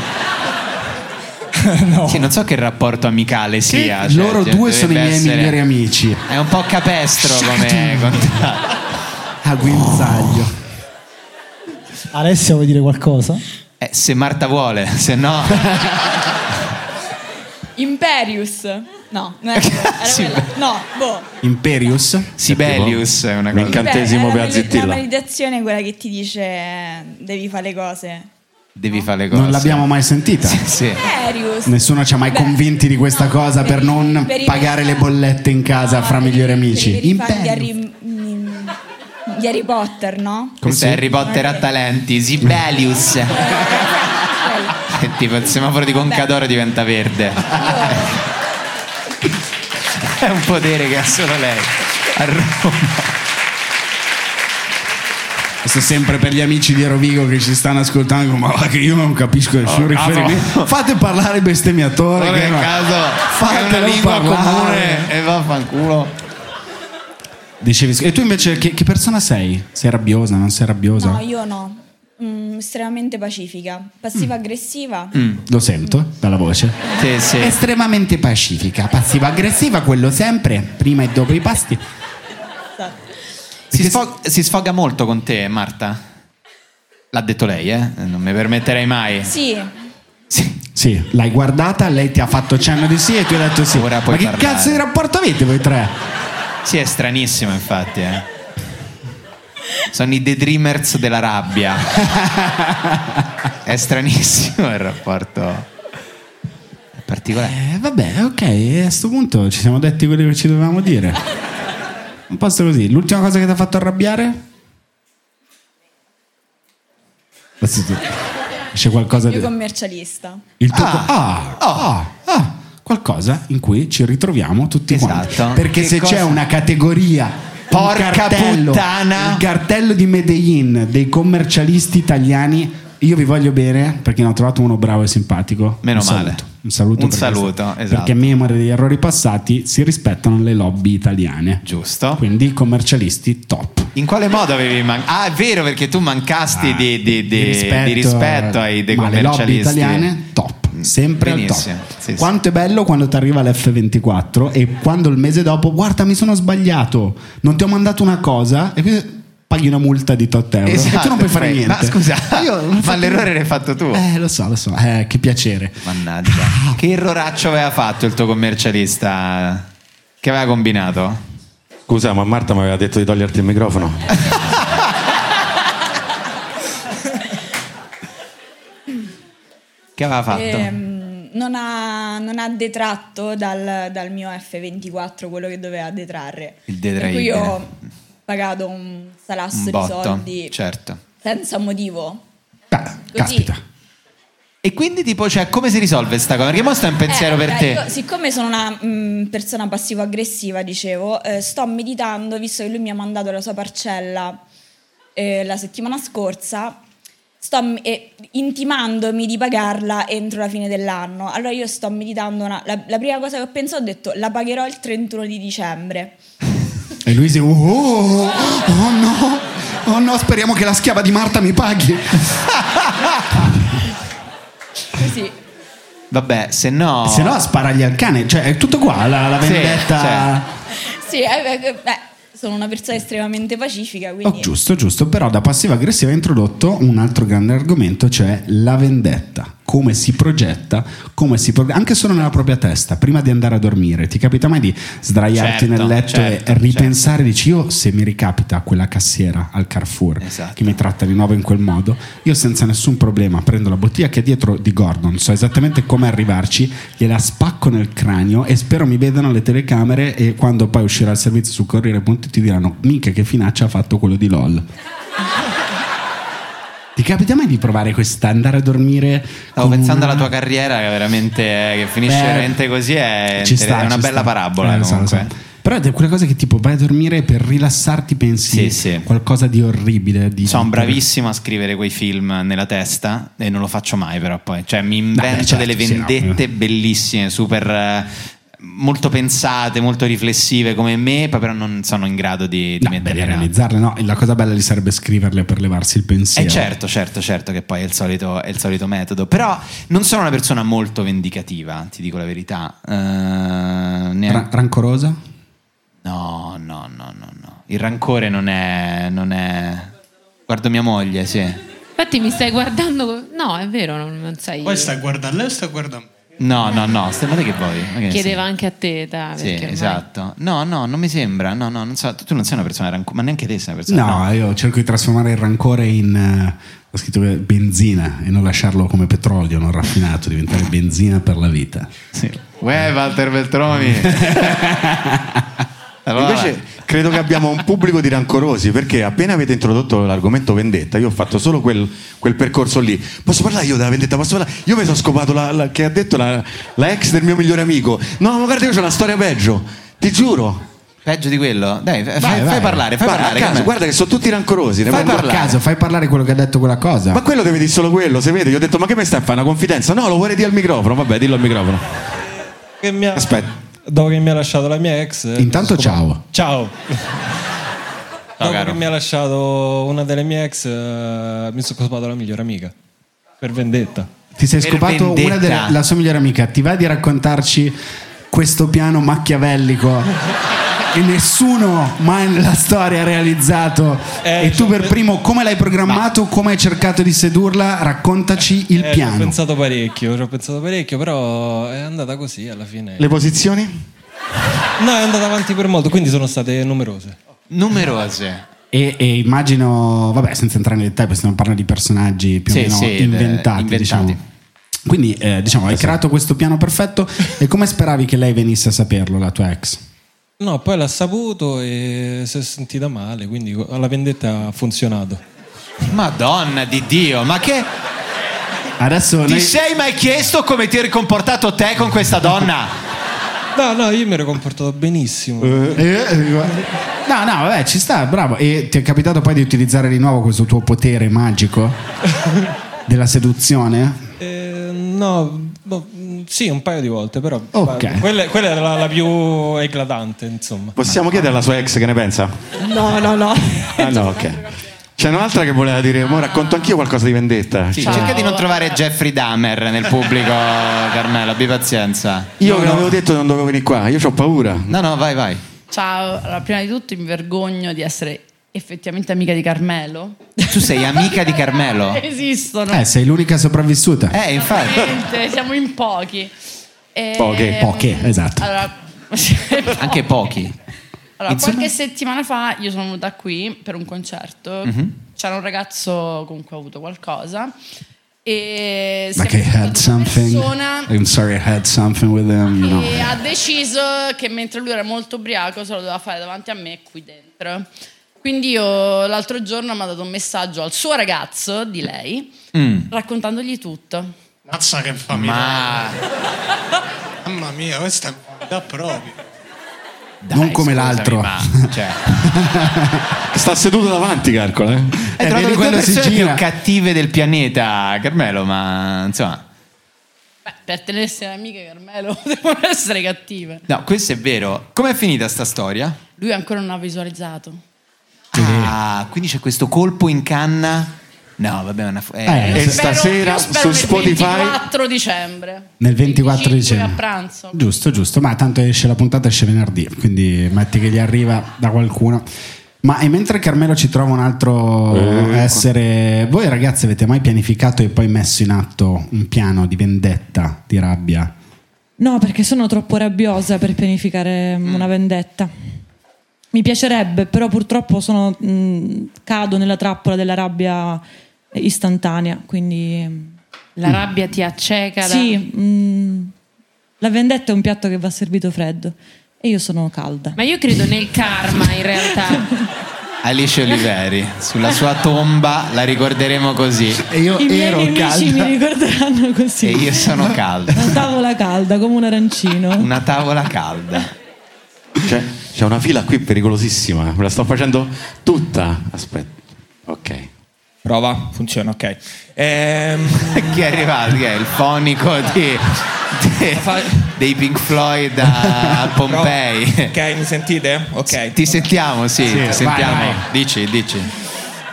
Speaker 5: Ah, Sì, non so che rapporto amicale sia. cioè,
Speaker 6: Loro
Speaker 5: cioè,
Speaker 6: due sono i
Speaker 5: dovrebbe
Speaker 6: miei
Speaker 5: essere-
Speaker 6: migliori Cioè, amici.
Speaker 5: È un po' capestro come
Speaker 6: Shatum.
Speaker 5: contratto.
Speaker 6: A guinzaglio.
Speaker 18: Alessia vuoi dire qualcosa?
Speaker 5: Eh, se Marta vuole, se no.
Speaker 19: Imperius. No, non è quella, era quella. No, boh.
Speaker 6: Imperius.
Speaker 5: Sibelius è una cosa.
Speaker 20: L'incantesimo
Speaker 19: Beh,
Speaker 20: per
Speaker 19: la
Speaker 20: zittilla.
Speaker 19: validazione è quella che ti dice eh, devi fare le cose.
Speaker 5: Devi fare le cose.
Speaker 6: Non l'abbiamo mai sentita.
Speaker 19: Imperius.
Speaker 6: Nessuno ci ha mai
Speaker 19: Beh,
Speaker 6: convinti di questa cosa per,
Speaker 19: per i-
Speaker 6: non
Speaker 19: per i-
Speaker 6: pagare le bollette in casa fra migliori amici.
Speaker 19: Devi fare gli
Speaker 6: Imperius.
Speaker 19: Harry, mm, gli Harry Potter, no?
Speaker 5: Questo è Harry Potter a talenti, Sibelius. È tipo il semaforo di Concadoro diventa verde. È un potere che ha solo lei. A Roma.
Speaker 6: Questo sempre per gli amici di Rovigo che ci stanno ascoltando, ma va che io non capisco nessun
Speaker 5: Oh, cavolo.
Speaker 6: riferimento. Fate parlare il bestemmiatore.
Speaker 5: Ora
Speaker 6: che
Speaker 5: in
Speaker 6: va-
Speaker 5: caso è una
Speaker 6: fatelo
Speaker 5: lingua
Speaker 6: parlare.
Speaker 5: comune e vaffanculo.
Speaker 6: Dicevi, e tu invece che, che persona sei? Sei rabbiosa, non sei rabbiosa?
Speaker 19: No, io no. Mm, estremamente pacifica. Passiva aggressiva.
Speaker 6: Lo sento dalla voce.
Speaker 5: Mm. Sì, sì.
Speaker 6: Estremamente pacifica, passiva aggressiva, quello sempre, prima e dopo i pasti.
Speaker 5: Si, sfog- si sfoga molto con te, Marta? L'ha detto lei, eh? Non mi permetterei mai.
Speaker 19: Sì.
Speaker 6: Sì, l'hai guardata, lei ti ha fatto cenno di sì e tu hai detto sì.
Speaker 5: Ora
Speaker 6: Ma
Speaker 5: puoi
Speaker 6: che
Speaker 5: parlare.
Speaker 6: cazzo di rapporto avete voi tre?
Speaker 5: Sì, è stranissimo, infatti. eh. Sono i The Dreamers della rabbia. è stranissimo il rapporto. È particolare.
Speaker 6: Eh, vabbè, ok, e a sto punto ci siamo detti quello che ci dovevamo dire. Un posto così. L'ultima cosa che ti ha fatto arrabbiare? Adesso ti- C'è qualcosa
Speaker 19: Io
Speaker 6: di...
Speaker 19: commercialista.
Speaker 6: Il tuo ah, ah,
Speaker 5: Oh.
Speaker 6: ah, qualcosa in cui ci ritroviamo tutti quanti. Perché
Speaker 5: Esatto. Che
Speaker 6: se
Speaker 5: cosa?
Speaker 6: c'è una categoria
Speaker 5: Porca
Speaker 6: un cartello,
Speaker 5: puttana!
Speaker 6: il cartello di Medellin dei commercialisti italiani Io vi voglio bene perché ne ho trovato uno bravo e simpatico.
Speaker 5: Meno
Speaker 6: Un
Speaker 5: male.
Speaker 6: saluto. Un saluto.
Speaker 5: Un
Speaker 6: perché-
Speaker 5: saluto, esatto.
Speaker 6: Perché a memoria degli errori passati si rispettano le lobby italiane.
Speaker 5: Giusto.
Speaker 6: Quindi i commercialisti top.
Speaker 5: In quale modo avevi mancato? Ah, è vero, perché tu mancasti di, di- di-
Speaker 6: Ah, di rispetto, eh,
Speaker 5: di rispetto ai dei
Speaker 6: ma le lobby
Speaker 5: commercialisti.
Speaker 6: italiane, top. Sempre al top.
Speaker 5: Benissimo. Sì, sì.
Speaker 6: Quanto è bello quando ti arriva l'F24 e quando il mese dopo, guarda, mi sono sbagliato, non ti ho mandato una cosa e quindi paghi una multa di tot euro
Speaker 5: Esatto,
Speaker 6: e tu non puoi fare
Speaker 5: poi-
Speaker 6: niente.
Speaker 5: Ma scusa, ma
Speaker 6: fatto
Speaker 5: l'errore
Speaker 6: niente.
Speaker 5: l'hai fatto tu.
Speaker 6: Eh, Ah. lo so, lo so, eh, che piacere.
Speaker 5: Mannaggia. Che erroraccio aveva fatto il tuo commercialista? Che aveva combinato?
Speaker 1: Scusa, ma Marta mi aveva detto di toglierti il microfono.
Speaker 5: Che aveva fatto?
Speaker 19: Ehm, non, ha, non ha detratto dal, dal mio F24 quello che doveva detrarre.
Speaker 5: Il
Speaker 19: Per cui
Speaker 5: detraibile.
Speaker 19: Ecco, io ho pagato un salasso
Speaker 5: Un
Speaker 19: di
Speaker 5: botto,
Speaker 19: soldi
Speaker 5: certo.
Speaker 19: senza motivo. Così.
Speaker 5: E quindi tipo, cioè, come si risolve sta cosa? Perché mo sta un pensiero
Speaker 19: Eh,
Speaker 5: per
Speaker 19: beh,
Speaker 5: te.
Speaker 19: io, siccome sono una mm, persona passivo-aggressiva, dicevo, eh, sto meditando, visto che lui mi ha mandato la sua parcella eh, la settimana scorsa, sto m- e- intimandomi di pagarla entro la fine dell'anno. Allora io sto meditando, una- la, la prima cosa che ho pensato ho detto la pagherò il 31 di dicembre.
Speaker 12: E lui si oh, oh, oh no, oh no, speriamo che la schiava di Marta mi paghi.
Speaker 19: Così.
Speaker 5: Vabbè, se no...
Speaker 6: Se no sparagli al cane, cioè è tutto qua la, la
Speaker 5: Sì,
Speaker 6: vendetta.
Speaker 19: Sì, eh, beh, eh, beh, sono una persona estremamente pacifica, Cioè, quindi...
Speaker 6: Oh, Giusto, giusto, però da passiva aggressiva ha introdotto un altro grande argomento, cioè la vendetta. Come si progetta, come si prog- anche solo nella propria testa, prima di andare a dormire. Ti capita mai di sdraiarti
Speaker 5: Certo,
Speaker 6: nel letto
Speaker 5: certo,
Speaker 6: e ripensare, dici io se mi ricapita quella cassiera al Carrefour
Speaker 5: Esatto.
Speaker 6: che mi tratta di nuovo in quel modo, io senza nessun problema prendo la bottiglia che è dietro di Gordon, so esattamente come arrivarci, gliela spacco nel cranio e spero mi vedano le telecamere e quando poi uscirà il servizio su Corriere.it ti diranno minchia che finaccia ha fatto quello di LOL. Ti capita mai di provare questa andare a dormire?
Speaker 5: Stavo
Speaker 6: con
Speaker 5: pensando
Speaker 6: una-
Speaker 5: alla tua carriera che veramente eh, che finisce
Speaker 6: Beh,
Speaker 5: veramente così è,
Speaker 6: Ci sta,
Speaker 5: è una
Speaker 6: ci
Speaker 5: bella
Speaker 6: sta.
Speaker 5: parabola
Speaker 6: Eh, lo so, lo
Speaker 5: comunque.
Speaker 6: so. Però è quella cosa che tipo vai a dormire per rilassarti pensi qualcosa di orribile. Di,
Speaker 5: Sono
Speaker 6: di-
Speaker 5: bravissimo a scrivere quei film nella testa e non lo faccio mai però poi, cioè mi invento
Speaker 6: beh, certo,
Speaker 5: delle
Speaker 6: sì, no.
Speaker 5: vendette bellissime, super eh, molto pensate, molto riflessive come me, poi però non sono in grado di, di
Speaker 6: Beh, di
Speaker 5: metterle in atto.
Speaker 6: realizzarle, no? La cosa bella lì sarebbe scriverle per levarsi il pensiero.
Speaker 5: Eh certo, certo, certo che poi è il, solito, è il solito metodo, però non sono una persona molto vendicativa, ti dico la verità. Eh, neanche-
Speaker 6: Ra- rancorosa?
Speaker 5: No, no, no, no, no. Il rancore non è, non è... Guardo mia moglie, sì.
Speaker 11: Infatti mi stai guardando... co- No, è vero, non, non sai...
Speaker 21: Poi sta a guardare lei o sta a guardare me?
Speaker 5: No, no, no, stai- ma te che vuoi? Ma che ne
Speaker 11: Chiedeva anche a te, da,
Speaker 5: sai?
Speaker 11: perché
Speaker 5: Sì,
Speaker 11: ormai-
Speaker 5: esatto. No, no, non mi sembra. No, no, non so. Tu non sei una persona rancore, ma neanche te sei una persona
Speaker 6: No, eh. io cerco di trasformare il rancore in eh, ho scritto che è benzina e non lasciarlo come petrolio non raffinato, diventare benzina per la vita.
Speaker 5: Uè, Walter Veltroni.
Speaker 1: Invece credo che abbiamo un pubblico di rancorosi perché appena avete introdotto l'argomento vendetta, io ho fatto solo quel, quel percorso lì. Posso parlare io della vendetta? Posso parlare? Io mi sono scopato la, la- che ha detto la, la ex del mio migliore amico. No, ma guarda, io ho una storia peggio, ti giuro.
Speaker 5: Peggio di quello? Dai, fai, fai
Speaker 1: vai.
Speaker 5: parlare, fai
Speaker 1: Guarda,
Speaker 5: parlare.
Speaker 1: a caso,
Speaker 5: Carmen.
Speaker 1: guarda che sono tutti rancorosi. ne
Speaker 6: Fai
Speaker 1: prendo-
Speaker 6: parlare. caso, fai parlare quello che ha detto quella cosa.
Speaker 1: Ma quello deve dire solo quello, se vede, gli ho detto ma che mi stai a fare una confidenza? No, lo vuole dire al microfono, vabbè, dillo al microfono.
Speaker 2: Che mi ha-
Speaker 1: Aspetta.
Speaker 2: Dopo che mi ha lasciato la mia ex. eh,
Speaker 6: Intanto
Speaker 2: scop-
Speaker 6: ciao.
Speaker 2: Ciao. Dopo
Speaker 6: caro.
Speaker 2: che mi ha lasciato una delle mie ex, eh, mi sono scopato la migliore amica. Per vendetta.
Speaker 6: Ti sei scopato una della la sua migliore amica. Ti va di raccontarci questo piano macchiavellico che nessuno mai nella storia ha realizzato?
Speaker 2: Eh,
Speaker 6: e tu
Speaker 2: cioè,
Speaker 6: per
Speaker 2: pe-
Speaker 6: primo come l'hai programmato, come hai cercato di sedurla? Raccontaci il
Speaker 2: Eh, Ci ho
Speaker 6: piano.
Speaker 2: pensato parecchio, ci ho pensato parecchio, però è andata così alla fine.
Speaker 1: Le posizioni?
Speaker 2: No, è andata avanti per molto, quindi sono state numerose.
Speaker 5: Numerose.
Speaker 6: E, e immagino, vabbè, senza entrare nei dettagli, possiamo parlare di personaggi più
Speaker 5: Sì,
Speaker 6: o meno
Speaker 5: sì, eh,
Speaker 6: inventati.
Speaker 5: inventati.
Speaker 6: Diciamo. Quindi, eh, diciamo,
Speaker 1: Esatto.
Speaker 6: hai creato questo piano perfetto e come speravi che lei venisse a saperlo, la tua ex?
Speaker 2: No, poi l'ha saputo e si è sentita male, quindi alla vendetta ha funzionato.
Speaker 5: Madonna di Dio, ma che...
Speaker 6: Adesso
Speaker 5: Ti
Speaker 2: noi-
Speaker 5: sei mai chiesto come ti eri comportato te con questa donna?
Speaker 2: No, no, io mi ero comportato benissimo.
Speaker 6: No, no, vabbè, ci sta, bravo. E ti è capitato poi di utilizzare di nuovo questo tuo potere magico? Della seduzione?
Speaker 2: Eh, no, boh, mh, sì, un paio di volte, però
Speaker 6: Ok.
Speaker 2: quella, quella era la, la più eclatante, insomma.
Speaker 1: Possiamo chiedere alla sua ex che ne pensa?
Speaker 2: No, no, no.
Speaker 1: Ah no, ok. C'è un'altra che voleva dire, ma racconto anch'io qualcosa di vendetta.
Speaker 5: Sì,
Speaker 1: Ciao.
Speaker 5: cerca di non trovare Jeffrey Dahmer nel pubblico, Carmelo, abbi pazienza.
Speaker 1: Io vi avevo detto che non dovevo venire qua, io ho paura.
Speaker 5: No, no, vai, vai.
Speaker 3: Ciao, allora, prima di tutto mi vergogno di essere effettivamente amica di Carmelo. Ah,
Speaker 5: Tu sei amica di Carmelo?
Speaker 3: Esistono.
Speaker 6: Eh, sei l'unica sopravvissuta.
Speaker 5: Eh,
Speaker 3: Veramente, siamo in pochi. E- ehm,
Speaker 6: Poche, poche, esatto.
Speaker 3: Allora,
Speaker 5: Anche pochi.
Speaker 3: allora,
Speaker 5: Insomma-
Speaker 3: qualche settimana fa io sono venuta qui per un concerto.
Speaker 6: Mhm.
Speaker 3: C'era un ragazzo con cui ho avuto qualcosa. E
Speaker 6: Like I
Speaker 3: siamo-
Speaker 6: had something.
Speaker 3: persona-
Speaker 6: I'm sorry, I had something with him. No.
Speaker 3: E ha deciso che mentre lui era molto ubriaco se lo doveva fare davanti a me qui dentro. Quindi io l'altro giorno mi ha dato un messaggio al suo ragazzo di lei
Speaker 6: Mm.
Speaker 3: raccontandogli tutto.
Speaker 8: Mazza che famiglia.
Speaker 5: Ma-
Speaker 8: Mamma mia, questa è da proprio.
Speaker 6: non come l'altro.
Speaker 1: Sta seduto davanti, calcola. Eh?
Speaker 5: Hai trovato le due persone più cattive del pianeta, Carmelo, ma insomma...
Speaker 3: Beh, per tenersi le amiche Carmelo devono essere cattive.
Speaker 5: No, questo è vero. Com'è finita sta storia?
Speaker 3: Lui ancora non ha visualizzato.
Speaker 5: Ah, quindi c'è questo colpo in canna. No, vabbè, è una fu-
Speaker 6: Eh, e
Speaker 3: Io
Speaker 6: stasera
Speaker 3: spero per il 24 dicembre.
Speaker 6: Nel 24
Speaker 3: 25
Speaker 6: dicembre.
Speaker 3: a pranzo.
Speaker 6: Giusto, giusto, ma tanto esce la puntata, esce venerdì, quindi metti che gli arriva da qualcuno. Ma e mentre Carmelo ci trova un altro
Speaker 1: Eh,
Speaker 6: essere... Voi ragazzi avete mai pianificato e poi messo in atto un piano di vendetta, di rabbia?
Speaker 9: No, perché sono troppo rabbiosa per pianificare mm, una vendetta. Mi piacerebbe, però purtroppo sono, mm, cado nella trappola della rabbia istantanea, quindi... mm.
Speaker 11: La rabbia ti acceca. da-
Speaker 9: Sì, mm, la vendetta è un piatto che va servito freddo e io sono calda.
Speaker 11: Ma io credo nel karma in realtà.
Speaker 5: Alice Oliveri, sulla sua tomba la ricorderemo così. E io
Speaker 9: I miei amici mi ricorderanno così.
Speaker 5: E io sono caldo.
Speaker 9: Una tavola calda come un arancino.
Speaker 5: Una tavola calda.
Speaker 1: C'è, c'è una fila qui pericolosissima, me la sto facendo tutta. Aspetta, ok.
Speaker 22: Prova, funziona, ok. Ehm...
Speaker 5: Chi è arrivato? Chi è? Il fonico di, di- dei Pink Floyd a Pompei.
Speaker 22: ok, mi sentite? Ok.
Speaker 5: Ti sentiamo, sì,
Speaker 22: Sì,
Speaker 5: ti
Speaker 22: vai,
Speaker 5: sentiamo.
Speaker 22: vai.
Speaker 5: Dici, dici.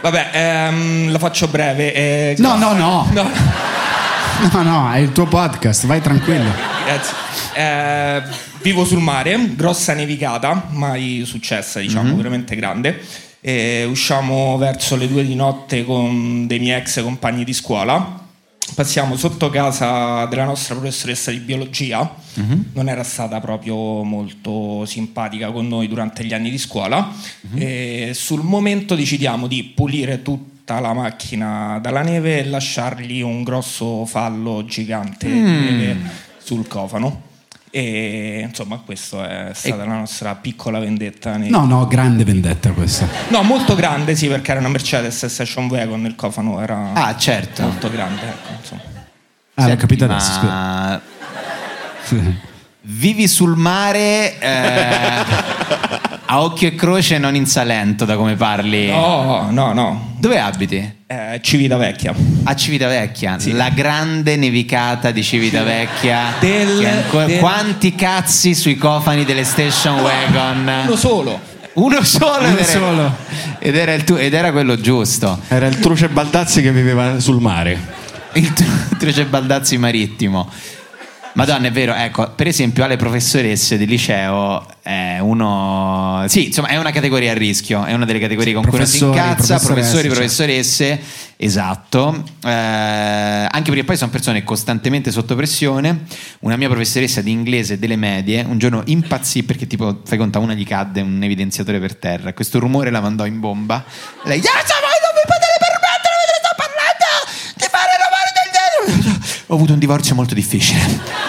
Speaker 22: Vabbè, ehm, la faccio breve. eh,
Speaker 6: No, no, no.
Speaker 22: no.
Speaker 6: No, no, è il tuo podcast, vai tranquillo.
Speaker 22: Grazie. Eh, vivo sul mare, grossa nevicata, mai successa, diciamo,
Speaker 6: Mhm.
Speaker 22: veramente grande. E usciamo verso le due di notte con dei miei ex compagni di scuola. Passiamo sotto casa della nostra professoressa di biologia, non era stata proprio molto simpatica con noi durante gli anni di scuola.
Speaker 5: Mhm.
Speaker 22: E sul momento decidiamo di pulire tutta la macchina dalla neve e lasciargli un grosso fallo gigante di
Speaker 5: Mm.
Speaker 22: neve sul cofano. E insomma, questa è stata la nostra piccola vendetta. nei-
Speaker 6: No, no, grande vendetta questa.
Speaker 22: No, molto grande, sì, perché era una Mercedes Station Wagon, il cofano era
Speaker 5: Ah, certo.
Speaker 22: molto grande. Ecco, insomma.
Speaker 6: Ah, l'ho capito
Speaker 5: Ma-
Speaker 6: adesso, scusa.
Speaker 5: Vivi sul mare eh, a occhio e croce, non in Salento, da come parli.
Speaker 22: No, no, no. Eh,
Speaker 5: Dove abiti?
Speaker 22: Civitavecchia.
Speaker 5: A Civitavecchia, la grande nevicata di Civitavecchia.
Speaker 22: Del-
Speaker 5: Che ancora-
Speaker 22: del-
Speaker 5: Quanti cazzi sui cofani delle station wagon?
Speaker 22: Uno solo.
Speaker 5: Uno solo,
Speaker 22: Uno
Speaker 5: ed era-
Speaker 22: solo.
Speaker 5: Ed, era il tu- ed era quello giusto.
Speaker 1: Era il truce Baldazzi che viveva sul mare.
Speaker 5: Il tru- truce Baldazzi marittimo. Madonna, è vero, ecco, per esempio alle professoresse di liceo è uno... Sì, insomma, è una categoria a rischio, è una delle categorie con cui uno si
Speaker 6: professori,
Speaker 5: incazza, professori,
Speaker 6: professoresse, certo.
Speaker 5: professoresse, esatto, Eh, anche perché poi sono persone costantemente sotto pressione. Una mia professoressa di inglese delle medie un giorno impazzì perché tipo, fai conto, a una gli cadde un evidenziatore per terra, questo rumore la mandò in bomba. Lei, "Ah, insomma, voi non vi potete permettere, mentre sto parlando, di fare rumore del genere! ho avuto un divorzio molto difficile.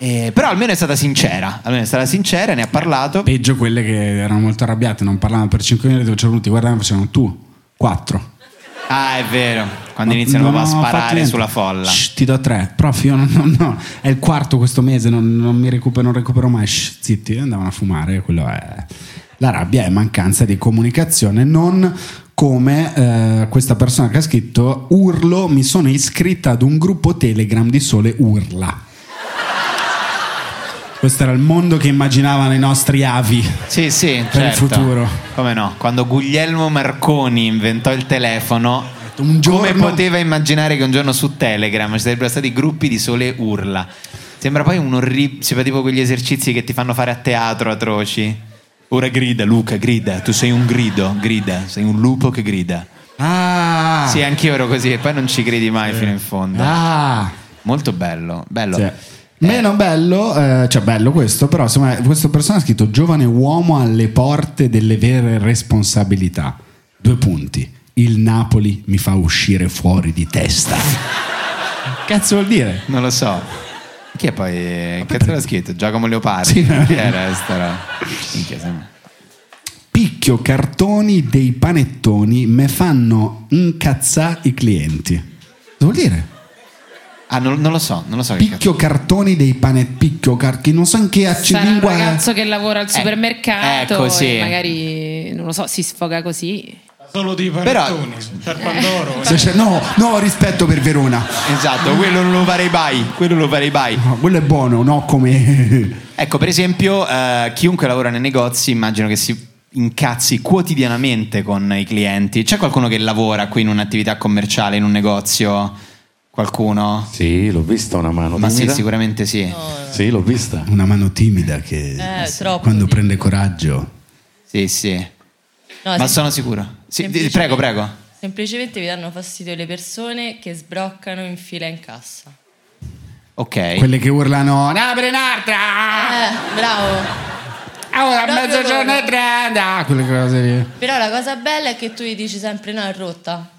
Speaker 5: Eh, però almeno è stata sincera, almeno è stata sincera, ne ha parlato.
Speaker 6: Peggio quelle che erano molto arrabbiate, non parlavano per 5 minuti, ci sono venuti, guardavano, facevano tu, 4.
Speaker 5: Ah, è vero, quando iniziano a sparare sulla folla.
Speaker 6: ti do 3, prof, io non, non- no, è il quarto questo mese, non, non mi recupero, non recupero mai. Shh, zitti, andavano a fumare, quello è... La rabbia è mancanza di comunicazione non come eh, questa persona che ha scritto urlo mi sono iscritta ad un gruppo Telegram di sole urla. Questo era il mondo che immaginavano i nostri avi.
Speaker 5: Sì, sì,
Speaker 6: Per il
Speaker 5: certo.
Speaker 6: futuro.
Speaker 5: Come no? Quando Guglielmo Marconi inventò il telefono, come poteva immaginare che un giorno su Telegram ci sarebbero stati gruppi di sole urla? Sembra poi un orribile. Sembra tipo quegli esercizi che ti fanno fare a teatro atroci. Ora grida, Luca, grida. Tu sei un grido, grida. Sei un lupo che grida.
Speaker 6: Ah!
Speaker 5: Sì, anch'io ero così, e poi non ci credi mai fino in fondo.
Speaker 6: Eh. Ah!
Speaker 5: Molto bello, bello.
Speaker 6: Sì. Meno bello, eh, cioè bello questo, però insomma, questa persona ha scritto giovane uomo alle porte delle vere responsabilità. Due punti. Il Napoli mi fa uscire fuori di testa. Cazzo vuol dire?
Speaker 5: Non lo so. Chi è poi? eh, che te l'ha scritto? Giacomo Leopardi.
Speaker 6: Sì.
Speaker 5: Chi era sta roba? Minchia, sembra-
Speaker 6: Picchio cartoni dei panettoni me fanno incazzare i clienti. Cosa vuol dire?
Speaker 5: Ah, non, non lo so, non lo so. Che
Speaker 6: Picchio cartoni dei panettoni. Picchio carchi, non so in che
Speaker 11: Sarà un
Speaker 6: accidingua.
Speaker 11: ragazzo che lavora
Speaker 5: Eh,
Speaker 11: al supermercato
Speaker 6: ecco, sì.
Speaker 11: e magari, non lo so, si sfoga così. Eh,
Speaker 8: Solo di panettoni, per Pandoro.
Speaker 6: Se c'è- No, no, rispetto per Verona.
Speaker 5: Esatto, quello non lo farei mai. Quello non lo farei mai.
Speaker 6: No, quello è buono, no come...
Speaker 5: Ecco, per esempio, eh, chiunque lavora nei negozi immagino che si incazzi quotidianamente con i clienti. C'è qualcuno che lavora qui in un'attività commerciale, in un negozio? Qualcuno?
Speaker 1: Sì, l'ho vista una mano.
Speaker 5: Ma sì,
Speaker 1: timida.
Speaker 5: sicuramente sì.
Speaker 1: Sì, l'ho vista.
Speaker 6: Una mano timida che
Speaker 5: Eh,
Speaker 6: sì,
Speaker 5: troppo
Speaker 6: quando prende coraggio.
Speaker 5: Sì, sì.
Speaker 12: No,
Speaker 5: Ma
Speaker 12: sem-
Speaker 5: sono sicuro. Sì, di- prego, prego.
Speaker 12: Semplicemente vi danno fastidio le persone che sbroccano in fila in cassa.
Speaker 5: Ok.
Speaker 6: Quelle che urlano "No,
Speaker 12: apri un'altra! Eh, bravo. Ora
Speaker 6: a mezzogiorno e trenta! Quelle cose lì.
Speaker 12: Però la cosa bella è che tu gli dici sempre no, è rotta.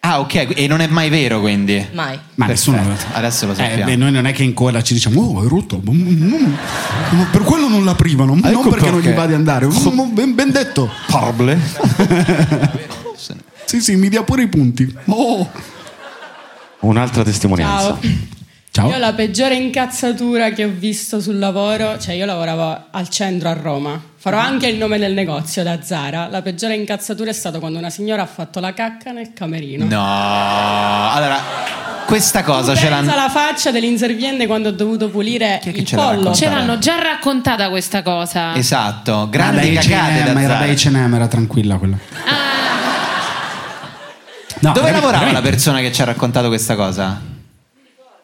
Speaker 5: Ah, ok, e non è mai vero quindi.
Speaker 12: Mai.
Speaker 6: Ma nessuno
Speaker 5: Adesso lo
Speaker 6: Eh,
Speaker 5: sappiamo.
Speaker 6: beh, noi non è che in coda ci diciamo oh è rotto mm, mm, mm." per quello non la privano non
Speaker 5: ecco
Speaker 6: perché, non gli
Speaker 5: perché.
Speaker 6: va di andare Mm, mm, ben, ben detto parble sì sì mi dia pure i punti oh.
Speaker 1: Un'altra testimonianza.
Speaker 4: Ciao. Io la peggiore incazzatura che ho visto sul lavoro, cioè io lavoravo al centro a Roma, farò anche il nome del negozio da Zara, la peggiore incazzatura è stata quando una signora ha fatto la cacca nel camerino.
Speaker 5: No, allora questa cosa ce
Speaker 4: Pensa
Speaker 5: l'hanno.
Speaker 4: la faccia dell'inserviente quando ho dovuto pulire il
Speaker 5: ce l'ha
Speaker 4: pollo.
Speaker 5: raccontata? Ce l'hanno
Speaker 4: già raccontata questa cosa.
Speaker 5: Esatto,
Speaker 6: Ma
Speaker 5: grandi
Speaker 6: da
Speaker 5: cacate
Speaker 6: H&M,
Speaker 5: da
Speaker 6: era
Speaker 5: Zara.
Speaker 6: da H&M era tranquilla quella No,
Speaker 5: Dove
Speaker 6: veramente-
Speaker 5: lavorava la
Speaker 6: veramente.
Speaker 5: persona che ci ha raccontato questa cosa?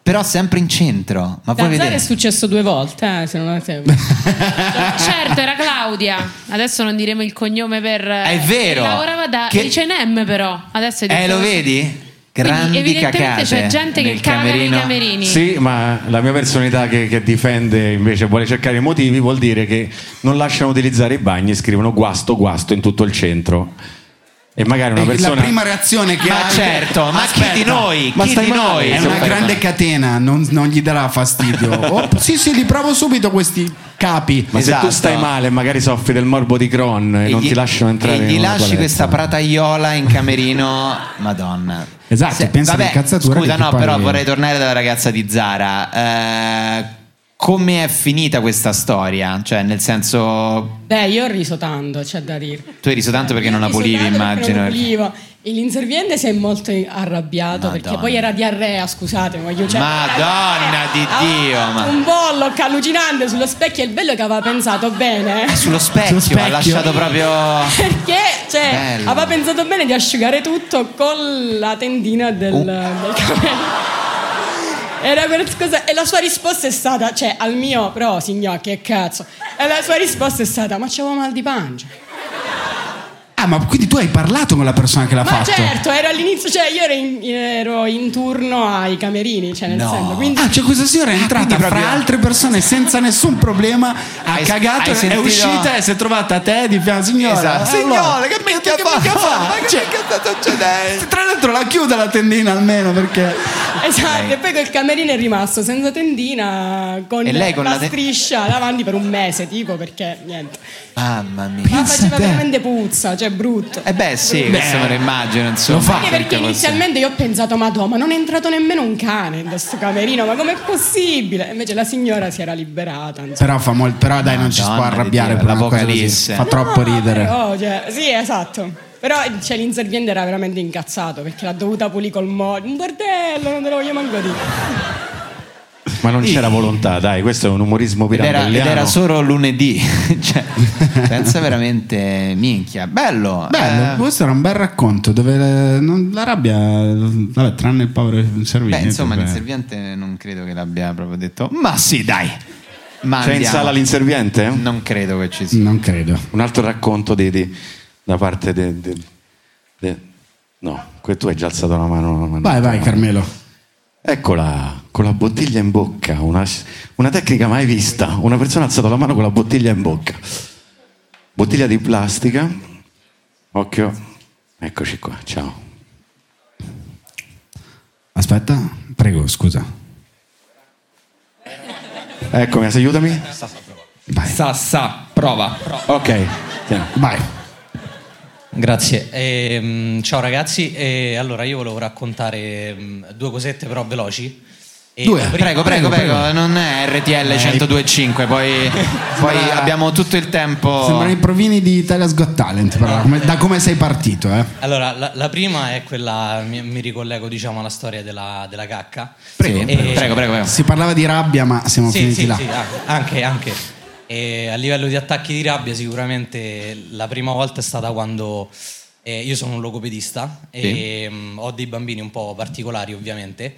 Speaker 5: Però sempre in centro. Ma
Speaker 4: Da
Speaker 5: vuoi
Speaker 4: Zara è
Speaker 5: vedere?
Speaker 4: successo due volte, eh, se non se-
Speaker 11: Certo, era Claudia. Adesso non diremo il cognome per... È
Speaker 5: vero.
Speaker 11: Lavorava da
Speaker 5: Che-
Speaker 11: H&M però. Adesso è
Speaker 5: Eh,
Speaker 11: detto-
Speaker 5: lo vedi?
Speaker 11: Quindi
Speaker 5: Grandi
Speaker 11: evidentemente
Speaker 5: cacate.
Speaker 11: c'è gente che
Speaker 5: nel
Speaker 11: caga nei
Speaker 5: camerino.
Speaker 11: camerini.
Speaker 1: Sì, ma la mia personalità che, che difende invece vuole cercare i motivi vuol dire che non lasciano utilizzare i bagni e scrivono guasto guasto in tutto il centro. E magari una
Speaker 6: Eh,
Speaker 1: persona
Speaker 6: La prima reazione che
Speaker 5: Ma
Speaker 6: ha "Ah,
Speaker 5: certo, ma chi di noi?
Speaker 6: Ma
Speaker 5: Chi
Speaker 6: stai
Speaker 5: di
Speaker 6: male?
Speaker 5: noi?
Speaker 6: È una
Speaker 5: Insomma,
Speaker 6: grande catena, non, non gli darà fastidio. Oh, sì, sì, li provo subito questi capi.
Speaker 1: Ma se tu stai male e magari soffri del morbo di Crohn
Speaker 5: Esatto.
Speaker 1: e,
Speaker 5: E
Speaker 1: non
Speaker 5: gli-
Speaker 1: ti lasciano entrare
Speaker 5: E
Speaker 1: in
Speaker 5: gli
Speaker 1: una
Speaker 5: lasci
Speaker 1: toilette.
Speaker 5: questa prataiola in camerino. Madonna.
Speaker 6: Esatto, pensa all'incazzatura
Speaker 5: Scusa,
Speaker 6: che ti
Speaker 5: no,
Speaker 6: pare-
Speaker 5: però vorrei tornare dalla ragazza di Zara. Eh, come è finita questa storia? Cioè, nel senso,
Speaker 4: Beh, io ho riso tanto, c'è da dire.
Speaker 5: tu hai riso tanto perché non la
Speaker 4: Riso
Speaker 5: pulivi,
Speaker 4: tanto perché
Speaker 5: immagino.
Speaker 4: non la pulivo. E L'inserviente si è molto arrabbiato perché poi era diarrea, scusate, ma io cioè,
Speaker 5: Madonna di Dio,
Speaker 4: Ah, un
Speaker 5: ma
Speaker 4: bollo allucinante sullo specchio e il bello che aveva pensato bene.
Speaker 5: sullo specchio, ha lasciato proprio.
Speaker 4: Perché cioè,
Speaker 5: Bello.
Speaker 4: aveva pensato bene di asciugare tutto con la tendina del,
Speaker 5: Uh.
Speaker 4: del capello. Era quella cosa- e la sua risposta è stata, cioè al mio, però signor, che cazzo. E la sua risposta è stata, ma c'avevo mal di pancia.
Speaker 6: Ah, ma quindi tu hai parlato con la persona che l'ha
Speaker 4: Ma
Speaker 6: fatto?
Speaker 4: certo, era all'inizio, cioè io ero in, ero in turno ai camerini, cioè nel
Speaker 6: No.
Speaker 4: senso, quindi
Speaker 6: Ah, cioè questa signora è entrata fra altre persone senza nessun problema, ha
Speaker 5: Hai- hai
Speaker 6: cagato, è
Speaker 5: sentito-
Speaker 6: uscita e si è trovata a te di fianco, signora.
Speaker 5: Esatto. Signora,
Speaker 6: che minchia fa? Ma che minchia sta succedendo? Tra l'altro la chiuda la tendina almeno perché...
Speaker 4: Esatto, e poi quel camerino è rimasto senza tendina con,
Speaker 5: E lei con
Speaker 4: la,
Speaker 5: la te-
Speaker 4: striscia davanti per un mese, tipo perché niente.
Speaker 5: Mamma mia.
Speaker 4: Ma faceva veramente puzza, cioè brutto.
Speaker 5: Eh beh, sì,
Speaker 4: Beh.
Speaker 5: questo me lo immagino, insomma.
Speaker 4: Anche perché inizialmente io ho pensato, madò, ma non è entrato nemmeno un cane in questo camerino, ma com'è possibile? E Invece la signora si era liberata. insomma.
Speaker 6: Però, fa mol- però dai, non ci si può
Speaker 5: Madonna di
Speaker 6: arrabbiare
Speaker 5: Dio,
Speaker 6: per una cosa così.
Speaker 5: l'apocalisse.
Speaker 4: oh,
Speaker 6: Fa troppo ridere.
Speaker 4: Però, cioè, sì, esatto. Però cioè, l'inserviente era veramente incazzato perché l'ha dovuta pulire col mo. Un bordello, non te lo voglio manco dire.
Speaker 1: Ma non c'era volontà, dai, questo è un umorismo
Speaker 5: Ed era, ed
Speaker 1: pirandelliano.
Speaker 5: era solo lunedì, cioè, senza veramente minchia. Bello,
Speaker 6: Bello,
Speaker 5: eh,
Speaker 6: questo era un bel racconto dove eh, non- la rabbia, vabbè, tranne il povero
Speaker 5: beh,
Speaker 6: serviente.
Speaker 5: insomma,
Speaker 6: beh.
Speaker 5: l'inserviente non credo che l'abbia proprio detto. Ma sì, dai. Ma
Speaker 1: C'è Cioè, in
Speaker 5: andiamo.
Speaker 1: sala l'inserviente?
Speaker 5: Non credo che ci sia.
Speaker 6: Non credo.
Speaker 1: Un altro racconto di, di- da parte de- de- de- No, que- tu hai già alzato la mano. ma-
Speaker 6: Vai, vai, Carmelo.
Speaker 1: Eccola, con la bottiglia in bocca, una, una tecnica mai vista. Una persona ha alzato la mano con la bottiglia in bocca. Bottiglia di plastica. Occhio. Eccoci qua, ciao.
Speaker 6: Aspetta, prego, scusa.
Speaker 1: Eccomi, aiutami.
Speaker 7: Sa, sa, prova.
Speaker 1: Ok, vai.
Speaker 7: Grazie. Ehm, ciao ragazzi, E allora io volevo raccontare ehm, due cosette però veloci. E la prima- Eh,
Speaker 5: Prego, prego, Eh, prego, Non è RTL 1025, poi, poi
Speaker 6: Sembra-
Speaker 5: abbiamo tutto il tempo.
Speaker 6: Sembrano i provini di Italia's Got Talent, però, come- da come sei partito, eh.
Speaker 7: Allora, la, la prima è quella, mi, mi ricollego diciamo alla storia della, della cacca.
Speaker 6: Prego,
Speaker 7: E-
Speaker 6: Si parlava di rabbia, ma siamo
Speaker 7: Sì,
Speaker 6: finiti
Speaker 7: sì,
Speaker 6: là.
Speaker 7: sì, ah, anche, anche. E a livello di attacchi di rabbia sicuramente la prima volta è stata quando eh, io sono un logopedista e mm, ho dei bambini un po' particolari ovviamente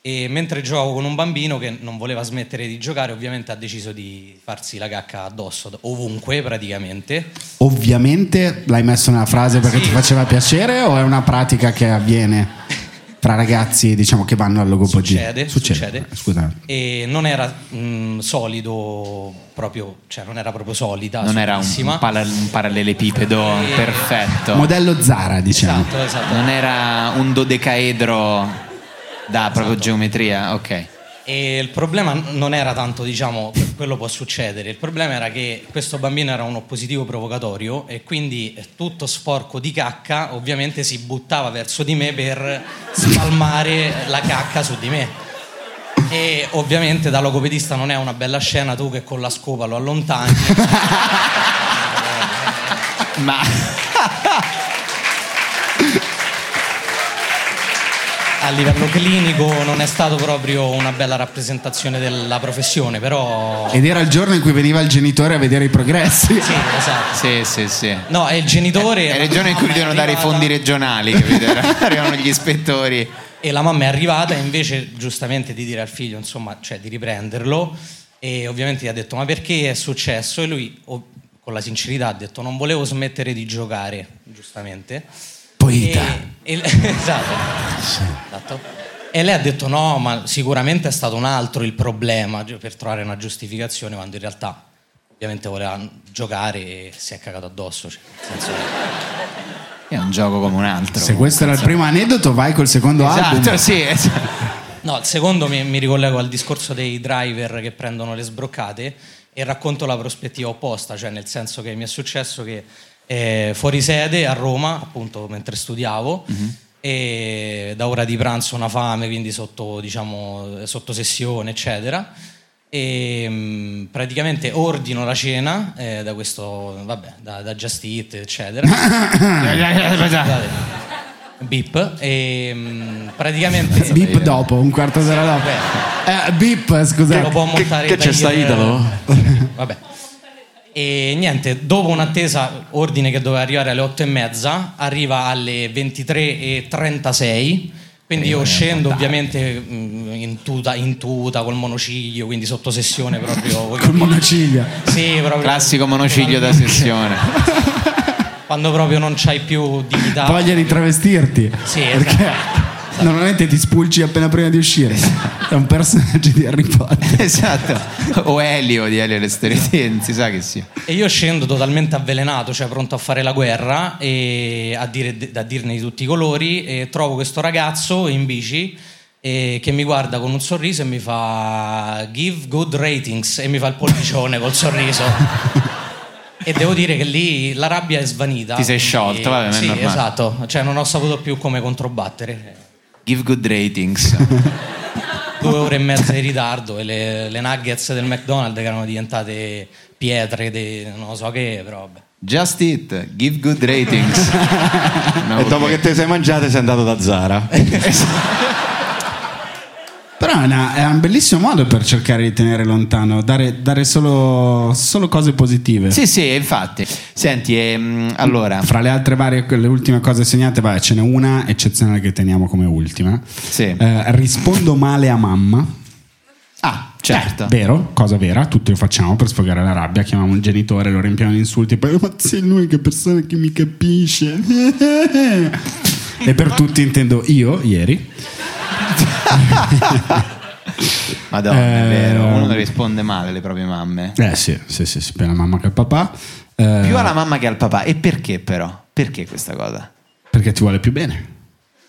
Speaker 7: e mentre giocavo con un bambino che non voleva smettere di giocare ovviamente ha deciso di farsi la cacca addosso d- ovunque praticamente
Speaker 6: Ovviamente l'hai messo nella frase perché ti faceva piacere o è una pratica che avviene fra ragazzi, diciamo, che vanno al logopogia?
Speaker 7: Succede, succede.
Speaker 6: Scusa.
Speaker 7: e non era mm, solido proprio, cioè non era proprio solida.
Speaker 5: Non era un,
Speaker 7: solidissima.
Speaker 5: un pala- un parallelepipedo
Speaker 7: Eh,
Speaker 5: perfetto.
Speaker 6: Modello Zara, diciamo.
Speaker 7: Esatto, esatto.
Speaker 5: Non era un dodecaedro da proprio geometria, ok.
Speaker 7: E il problema non era tanto, diciamo, quello può succedere. Il problema era che questo bambino era un oppositivo provocatorio e quindi eh, tutto sporco di cacca ovviamente si buttava verso di me per spalmare la cacca su di me. E ovviamente da logopedista non è una bella scena tu che con la scopa lo allontani.
Speaker 5: Ma
Speaker 7: a livello clinico non è stato proprio una bella rappresentazione della professione, però
Speaker 6: Ed era il giorno in cui veniva il genitore a vedere i progressi.
Speaker 7: Sì, esatto.
Speaker 5: Sì, sì, sì.
Speaker 7: No, è il genitore.
Speaker 5: È il giorno in cui devono dare i fondi regionali, capito? Arrivano gli ispettori.
Speaker 7: E la mamma è arrivata e invece giustamente di dire al figlio, insomma, cioè di riprenderlo. E ovviamente gli ha detto: Ma perché è successo? E lui, o- con la sincerità, ha detto: Non volevo smettere di giocare, giustamente. Poeta. E, esatto. Esatto. E lei ha detto: No, ma sicuramente è stato un altro il problema gi- per trovare una giustificazione, quando in realtà. Ovviamente voleva giocare e si è cagato addosso. cioè, nel senso che-
Speaker 5: È un gioco come un altro. Esatto,
Speaker 6: Se questo era il primo aneddoto, vai col secondo album.
Speaker 5: sì.
Speaker 7: Esatto, No, il secondo mi, mi ricollego al discorso dei driver che prendono le sbroccate e racconto la prospettiva opposta, cioè nel senso che mi è successo che eh, fuori sede a Roma, appunto mentre studiavo, e da ora di pranzo una fame, quindi sotto, diciamo, sotto sessione, eccetera. E mh, praticamente ordino la cena eh, da questo, vabbè, da, da Just Eat, eccetera. Eh, Scusate. Beep. E mh, praticamente.
Speaker 6: Bip dopo, un quarto d'ora dopo. Eh, bip, scusate.
Speaker 7: Lo può montare il tagliere- Vabbè. E niente, dopo un'attesa, ordine che doveva arrivare alle 8 e mezza, arriva alle 23.36. Quindi io scendo ovviamente mh, in tuta, in tuta, col monociglio, quindi sotto sessione proprio.
Speaker 6: Col monociglia.
Speaker 7: Sì, proprio.
Speaker 5: Classico monociglio da sessione.
Speaker 7: Quando proprio non c'hai più dignità.
Speaker 6: Voglia di travestirti.
Speaker 7: Sì, esatto.
Speaker 6: Perché
Speaker 5: Esatto.
Speaker 6: normalmente ti spulci appena prima di uscire. È un personaggio di Harry Potter.
Speaker 5: Esatto. O Elio di Elio Lesteretti, non si sa che sia.
Speaker 7: E io scendo totalmente avvelenato, cioè pronto a fare la guerra e a, dire- a dirne di tutti i colori. E trovo questo ragazzo in bici eh, che mi guarda con un sorriso e mi fa give good ratings e mi fa il pollicione col sorriso. E devo dire che lì la rabbia è svanita.
Speaker 5: Ti sei
Speaker 7: quindi-
Speaker 5: sciolto, vabbè, ma è
Speaker 7: Sì,
Speaker 5: normale.
Speaker 7: esatto. Cioè non ho saputo più come controbattere.
Speaker 5: Give good ratings.
Speaker 7: Due ore e mezza di ritardo e le, le nuggets del McDonald's che erano diventate pietre, de- non lo so che, però vabbè.
Speaker 5: Just Eat, give good ratings. No,
Speaker 1: e dopo
Speaker 5: ok. Eh,
Speaker 1: che te sei mangiate sei andato da Zara.
Speaker 6: Però è, una- è un bellissimo modo per cercare di tenere lontano, dare, dare solo, solo cose positive.
Speaker 5: Sì, sì, infatti. Senti, ehm, allora,
Speaker 6: Fra le altre varie, le ultime cose segnate, vai, ce n'è una eccezionale che teniamo come ultima. Eh, rispondo male a mamma.
Speaker 5: Ah, certo.
Speaker 6: eh, Vero, cosa vera, tutti lo facciamo per sfogare la rabbia, chiamiamo il genitore, lo riempiamo di insulti, poi ma sei l'unica persona che mi capisce. e per tutti intendo io, ieri.
Speaker 5: Madonna, è
Speaker 6: Eh,
Speaker 5: vero, uno risponde male alle proprie mamme.
Speaker 6: Eh sì, sì, sì, sì, per la mamma che al papà. Eh,
Speaker 5: Più alla mamma che al papà. E perché però? Perché questa cosa?
Speaker 6: Perché ti vuole più bene.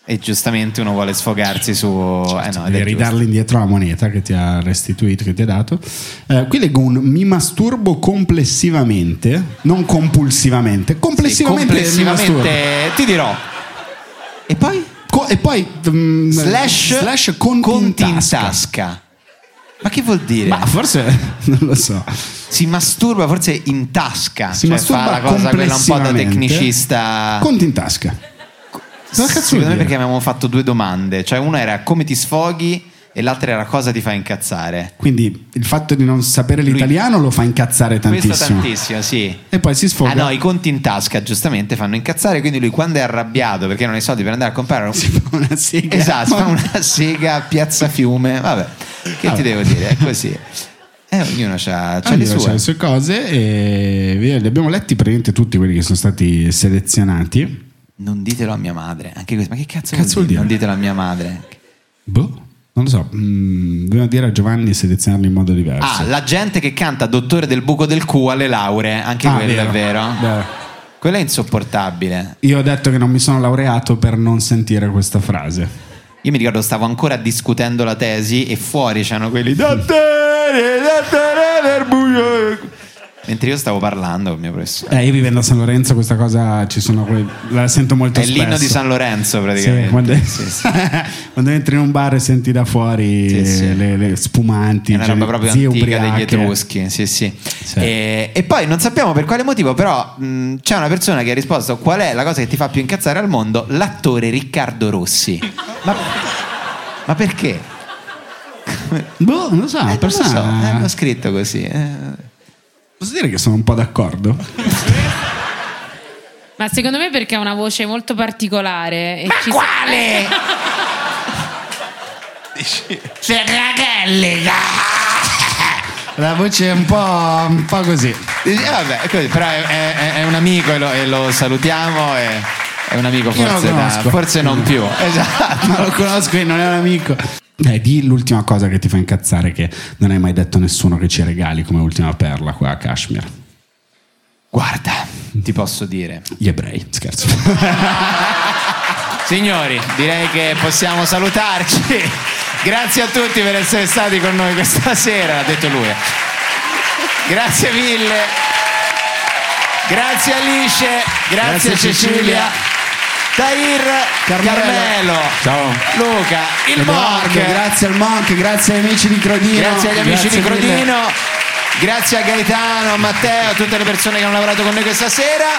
Speaker 5: E giustamente uno vuole sfogarsi su... eh no, ed è
Speaker 6: Devi
Speaker 5: giusto.
Speaker 6: ridarle indietro la moneta che ti ha restituito, che ti ha dato. Eh, qui leggo un mi masturbo complessivamente, non compulsivamente. Complessivamente, mi
Speaker 5: Complessivamente,
Speaker 6: masturbo.
Speaker 5: ti dirò. E poi?
Speaker 6: Co- e poi mm,
Speaker 5: Slash,
Speaker 6: slash
Speaker 5: conti, in tasca. Ma che vuol dire?
Speaker 6: Ma forse non lo so.
Speaker 5: Si masturba forse in tasca.
Speaker 6: Si
Speaker 5: cioè
Speaker 6: masturba
Speaker 5: fa la cosa quella un po' da
Speaker 6: complessivamente.
Speaker 5: tecnicista.
Speaker 6: Conti in tasca. Cosa cazzo vuol
Speaker 5: Secondo me
Speaker 6: dire?
Speaker 5: perché avevamo fatto due domande. Cioè una era come ti sfoghi e l'altra era cosa ti fa incazzare.
Speaker 6: Quindi il fatto di non sapere l'italiano lo fa incazzare tantissimo.
Speaker 5: Questo tantissimo, sì.
Speaker 6: E poi si sfoga.
Speaker 5: Ah no, i conti in tasca giustamente fanno incazzare, quindi lui quando è arrabbiato perché non ha i soldi per andare a comprare un...
Speaker 6: una sega.
Speaker 5: Esatto, fa una sega a Piazza Fiume. Vabbè, che
Speaker 6: Vabbè.
Speaker 5: ti devo dire, è così. Eh, ognuno ha le
Speaker 6: Ognuno
Speaker 5: sue.
Speaker 6: c'ha le sue cose e vi- li abbiamo letti praticamente tutti quelli che sono stati selezionati.
Speaker 5: Non ditelo a mia madre, anche questo. Ma che cazzo,
Speaker 6: Cazzo
Speaker 5: vuol
Speaker 6: vuol dire?
Speaker 5: dire? Non ditelo a mia madre.
Speaker 6: Boh, non lo so. mm, dobbiamo dire a Giovanni di selezionarli in modo diverso.
Speaker 5: Ah, la gente che canta Dottore del buco del cu alle lauree, anche
Speaker 6: Ah,
Speaker 5: quella
Speaker 6: vero.
Speaker 5: è vero. Quella è insopportabile.
Speaker 6: Io ho detto che non mi sono laureato per non sentire questa frase.
Speaker 5: Io mi ricordo stavo ancora discutendo la tesi e fuori c'erano quelli Dottore, dottore del buco. Mentre io stavo parlando con il mio professore.
Speaker 6: Eh, io vivendo a San Lorenzo questa cosa ci sono que- la sento molto
Speaker 5: È
Speaker 6: spesso.
Speaker 5: l'inno di San Lorenzo praticamente.
Speaker 6: Sì, quando,
Speaker 5: Sì, sì.
Speaker 6: quando entri in un bar e senti da fuori
Speaker 5: Sì, sì.
Speaker 6: Le, le spumanti,
Speaker 5: È una roba
Speaker 6: cioè,
Speaker 5: proprio
Speaker 6: zie
Speaker 5: antica degli
Speaker 6: ubriache.
Speaker 5: etruschi, sì, sì. E, e poi non sappiamo per quale motivo, però mh, c'è una persona che ha risposto: Qual è la cosa che ti fa più incazzare al mondo? L'attore Riccardo Rossi. Ma, ma perché?
Speaker 6: Boh, non lo so,
Speaker 5: Eh, non lo so,
Speaker 6: persona-
Speaker 5: eh, l'ho scritto così. eh.
Speaker 6: Posso dire che sono un po' d'accordo?
Speaker 11: Ma secondo me perché ha una voce molto particolare. E
Speaker 17: Ma
Speaker 11: ci- Eh,
Speaker 17: quale? Ferragelli.
Speaker 6: La voce è un po', un po' così.
Speaker 5: Dici, eh, vabbè, è così, però è, è- è un amico e lo, e lo salutiamo. e- è un amico,
Speaker 6: Io lo
Speaker 5: forse, da-
Speaker 6: conosco.
Speaker 5: forse non più. Esatto.
Speaker 6: Ma lo conosco e non è un amico. Dai, Eh, di l'ultima cosa che ti fa incazzare che non hai mai detto a nessuno che ci regali come ultima perla qua a Kashmir.
Speaker 5: Guarda, ti posso dire.
Speaker 6: Gli ebrei, scherzo.
Speaker 5: Signori, direi che possiamo salutarci. Grazie a tutti per essere stati con noi questa sera, ha detto lui. Grazie mille. Grazie Alice, grazie,
Speaker 17: Grazie
Speaker 5: Cecilia.
Speaker 17: Cecilia.
Speaker 5: Tahir, Carmelo,
Speaker 6: Ciao.
Speaker 5: Luca, il
Speaker 6: Edoardo,
Speaker 5: Monk.
Speaker 6: Grazie al Monk, grazie agli amici di Crodino.
Speaker 5: Grazie agli amici di
Speaker 6: mille.
Speaker 5: Crodino, grazie a Gaetano, a Matteo, a tutte le persone che hanno lavorato con noi questa sera.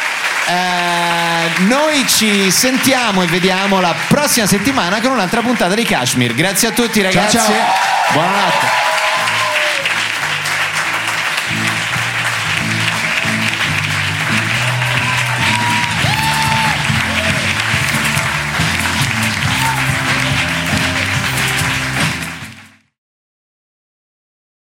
Speaker 5: Eh, noi ci sentiamo e vediamo la prossima settimana con un'altra puntata di Kashmir. Grazie a tutti ragazzi.
Speaker 17: ciao.
Speaker 5: Buonanotte.